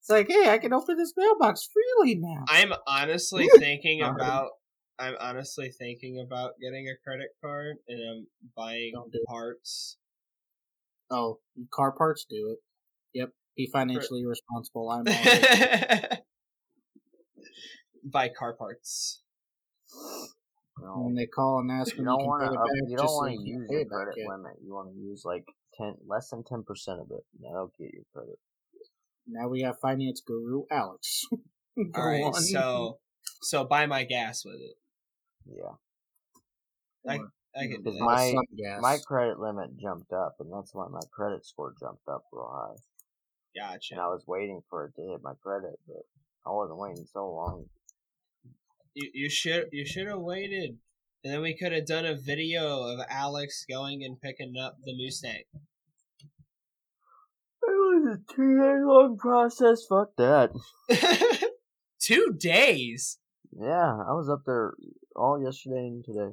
Speaker 3: It's like, hey, I can open this mailbox freely now.
Speaker 2: I'm honestly thinking
Speaker 3: Sorry.
Speaker 2: about. I'm honestly thinking about getting a credit card and I'm buying
Speaker 3: Don't do it.
Speaker 2: parts.
Speaker 3: oh, car parts do it. Yep, be financially responsible. I'm. all in.
Speaker 2: Buy car parts.
Speaker 1: No.
Speaker 3: when they call and ask
Speaker 1: You
Speaker 3: when you
Speaker 1: don't
Speaker 3: can
Speaker 1: want
Speaker 3: pay it
Speaker 1: to.
Speaker 3: back,
Speaker 1: You
Speaker 3: just
Speaker 1: don't
Speaker 3: so
Speaker 1: want to
Speaker 3: you can't
Speaker 1: use
Speaker 3: pay
Speaker 1: your
Speaker 3: it back
Speaker 1: credit
Speaker 3: yet.
Speaker 1: limit. You want to use like ten, less than ten percent of it. and That'll get your credit.
Speaker 3: Now we have finance guru Alex.
Speaker 2: All right, so so buy my gas with it.
Speaker 1: Yeah,
Speaker 2: I can do
Speaker 1: because
Speaker 2: that.
Speaker 1: my
Speaker 3: Some gas.
Speaker 1: my credit limit jumped up, and that's why my credit score jumped up real high.
Speaker 2: Gotcha.
Speaker 1: And I was waiting for it to hit my credit, but I wasn't waiting so long.
Speaker 2: You, you should you should have waited, and then we could have done a video of Alex going and picking up the Mustang.
Speaker 1: It was a two day long process. Fuck that.
Speaker 2: Two days.
Speaker 1: Yeah, I was up there all yesterday and today.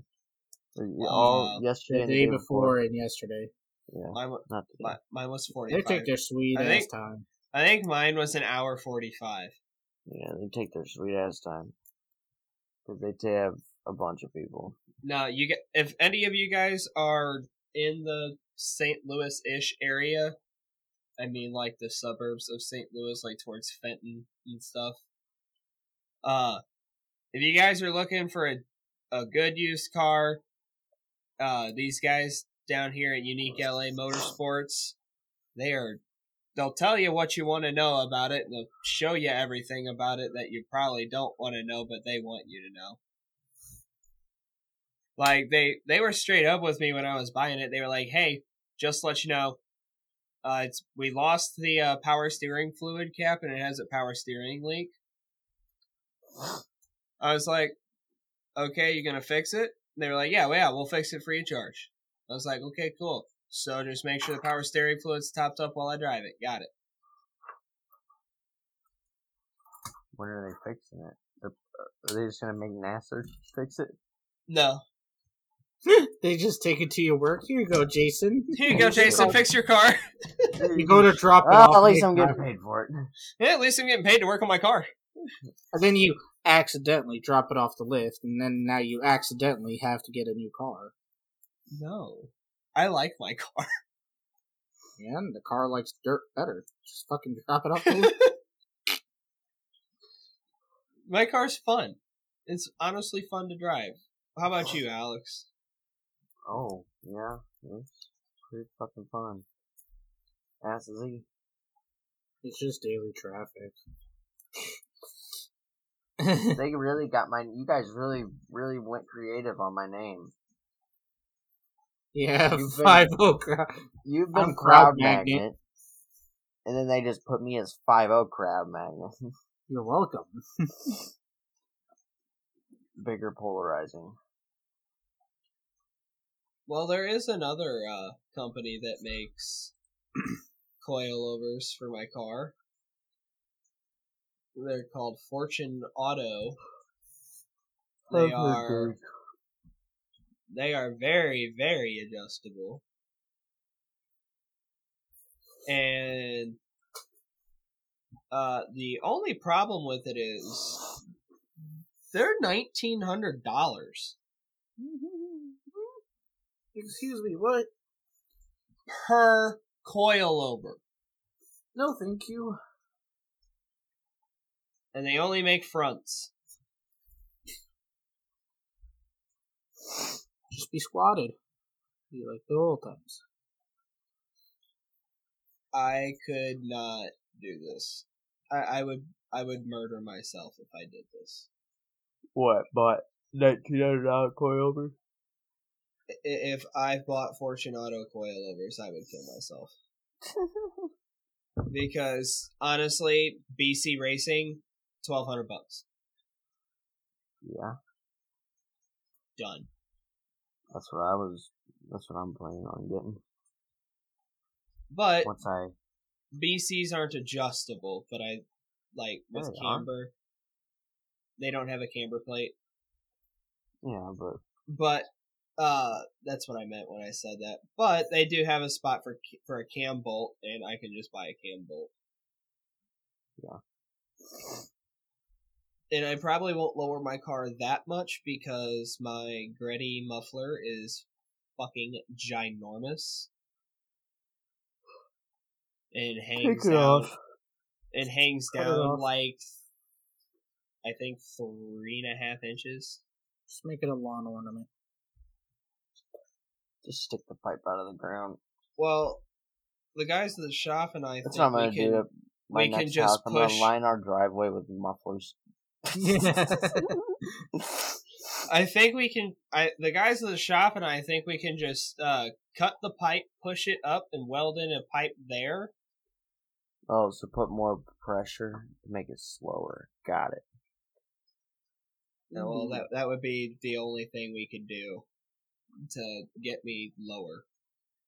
Speaker 1: Or, yeah,
Speaker 2: Wow.
Speaker 1: all yesterday
Speaker 3: Uh, the
Speaker 1: and
Speaker 3: day before and yesterday,
Speaker 1: Yeah,
Speaker 2: Mine, wa-
Speaker 1: not today.
Speaker 2: mi- mine was
Speaker 3: they
Speaker 2: forty five.
Speaker 3: take their sweet
Speaker 2: I
Speaker 3: ass
Speaker 2: think-
Speaker 3: time.
Speaker 2: I think mine was an hour forty five.
Speaker 1: Yeah, they take their sweet ass time. Because they t- have a bunch of people.
Speaker 2: Now you get if any of you guys are in the St. Louis ish area, I mean like the suburbs of St. Louis, like towards Fenton and stuff. Uh if you guys are looking for a, a good used car, uh these guys down here at Unique LA Motorsports, they are they'll tell you what you want to know about it and they'll show you everything about it that you probably don't want to know but they want you to know. Like they they were straight up with me when I was buying it. They were like, "Hey, just to let you know, uh, it's we lost the uh, power steering fluid cap and it has a power steering leak." I was like, "Okay, you're gonna fix it?" And they were like, "Yeah, well, yeah, we'll fix it free of charge." I was like, "Okay, cool. So just make sure the power steering fluid's topped up while I drive it. Got it."
Speaker 1: uh, When are they fixing it? They're- Are they just going to make NASA fix it?
Speaker 2: No.
Speaker 3: They just take it to your work. Here you go, Jason.
Speaker 2: Here you go, Jason. Fix your car.
Speaker 3: You go to drop it
Speaker 1: Well,
Speaker 3: off.
Speaker 1: Ah, at least
Speaker 3: and
Speaker 1: I'm
Speaker 3: they-
Speaker 1: getting paid for it.
Speaker 2: Yeah, at least I'm getting paid to work on my car.
Speaker 3: And then you accidentally drop it off the lift, and then now you accidentally have to get a new car.
Speaker 2: No. I like my car.
Speaker 3: And the car likes dirt better. Just fucking drop it off the lift.
Speaker 2: My car's fun. It's honestly fun to drive. How about you, Alex?
Speaker 1: Oh, yeah. It's pretty fucking fun. Ass is E.
Speaker 3: It's just daily traffic.
Speaker 1: They really got my. You guys really, really went creative on my name.
Speaker 3: yeah,
Speaker 1: You've been-
Speaker 3: five oh crowd.
Speaker 1: You've been
Speaker 3: I'm
Speaker 1: Crowd
Speaker 3: Crowd
Speaker 1: Magnet.
Speaker 3: Magnet.
Speaker 1: And then they just put me as 5'0 Crowd Magnet.
Speaker 3: You're welcome.
Speaker 1: Bigger polarizing.
Speaker 2: Well, there is another uh, company that makes coilovers for my car. They're called Fortune Auto. They are they are very very adjustable and uh the only problem with it is they're nineteen hundred dollars
Speaker 3: Excuse me, what?
Speaker 2: per coilover
Speaker 3: No, thank you.
Speaker 2: and they only make fronts
Speaker 3: Just be squatted. Be like the old times.
Speaker 2: i could not do this i, I would i would murder myself if i did this
Speaker 1: What, but $1,900 coilover?
Speaker 2: I- if i bought fortune auto coilovers i would kill myself because honestly, BC Racing, twelve hundred bucks,
Speaker 1: yeah,
Speaker 2: done.
Speaker 1: that's what I was. That's what I'm planning on getting.
Speaker 2: But
Speaker 1: Once I.
Speaker 2: BCs aren't adjustable. But I like with
Speaker 1: Yeah, they are.
Speaker 2: camber, they don't have a camber plate.
Speaker 1: Yeah, but.
Speaker 2: But uh, that's what I meant when I said that. But they do have a spot for ca- for a cam bolt, and I can just buy a cam bolt.
Speaker 1: Yeah.
Speaker 2: And I probably won't lower my car that much because my Gretty muffler is fucking ginormous. And hangs
Speaker 1: Take it
Speaker 2: down.
Speaker 1: off.
Speaker 2: It hangs
Speaker 3: Cut it
Speaker 2: down
Speaker 3: off.
Speaker 2: like I think three and a half inches.
Speaker 3: Just make it a lawn ornament.
Speaker 1: Just stick the pipe out of the ground.
Speaker 2: Well, the guys at the shop and I
Speaker 1: That's
Speaker 2: think
Speaker 1: what I'm gonna
Speaker 2: we can
Speaker 1: do. to My
Speaker 2: we can
Speaker 1: next
Speaker 2: just
Speaker 1: house, I'm gonna
Speaker 2: push-
Speaker 1: line our driveway with mufflers.
Speaker 2: I think we can. I the guys at the shop and I think we can just uh, cut the pipe, push it up, and weld in a pipe there.
Speaker 1: oh, so put more pressure to make it slower. Got it.
Speaker 2: And,
Speaker 3: Mm-hmm.
Speaker 2: Well, that that would be the only thing we could do to get me lower,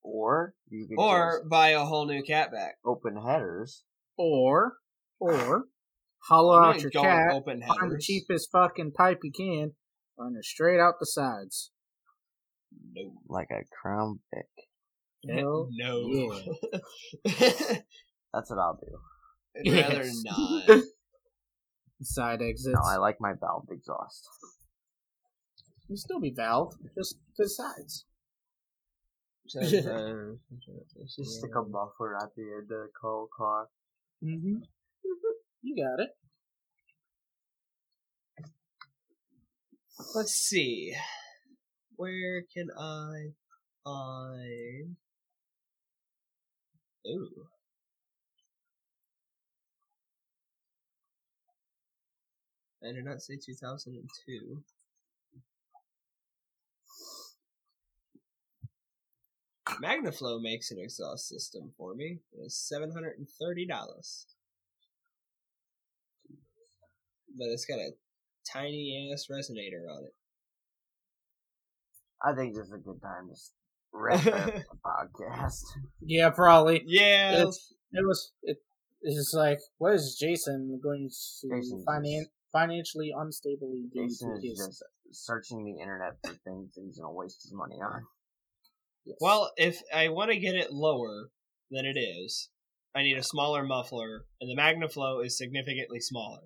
Speaker 1: Or you could
Speaker 2: or
Speaker 1: just
Speaker 2: buy a whole new cat back.
Speaker 1: open headers.
Speaker 3: Or, or, hollow
Speaker 2: I'm
Speaker 3: out your
Speaker 2: not going
Speaker 3: cat,
Speaker 2: open
Speaker 3: find the
Speaker 2: headers.
Speaker 3: cheapest fucking pipe you can, run it straight out the sides.
Speaker 2: No,
Speaker 1: Like a crown pick.
Speaker 3: Hell
Speaker 2: Eh, no.
Speaker 1: That's what I'll do.
Speaker 2: I'd rather
Speaker 3: Yes.
Speaker 2: not.
Speaker 3: Side exits.
Speaker 1: No, I like my valved exhaust.
Speaker 3: It'll still be valved, just the sides.
Speaker 1: Just stick a muffler at the end of the coal car.
Speaker 3: Mm-hmm. You got it.
Speaker 2: Let's see. Where can I find? Ooh. I did not say 2002. Magnaflow makes an exhaust system for me. It's $730. But it's got a tiny ass resonator on it.
Speaker 1: I think this is a good time to s- wrap up the podcast.
Speaker 3: Yeah, probably.
Speaker 2: Yeah.
Speaker 3: It's- It was. It, it's just like, what is Jason going to
Speaker 1: Jason's
Speaker 3: finan-
Speaker 1: just-
Speaker 3: financially unstably do
Speaker 1: Jason
Speaker 3: to
Speaker 1: is
Speaker 3: his
Speaker 1: just searching the internet for things that he's gonna waste his money on.
Speaker 3: Yes.
Speaker 2: Well, if I want to get it lower than it is, I need a smaller muffler, and the Magnaflow is significantly smaller.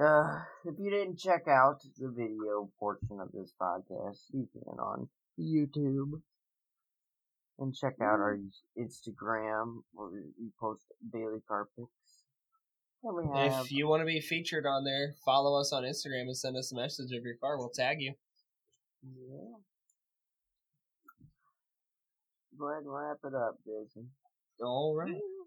Speaker 1: Uh, if you didn't check out the video portion of this podcast, you can on YouTube. And check out our
Speaker 2: Mm-hmm.
Speaker 1: Instagram where we post daily car pics. And we have
Speaker 2: If you want to be featured on there, follow us on Instagram and send us a message of your car. We'll tag you.
Speaker 1: Yeah. Go ahead and wrap it up, Jason.
Speaker 2: All right.
Speaker 1: Yeah.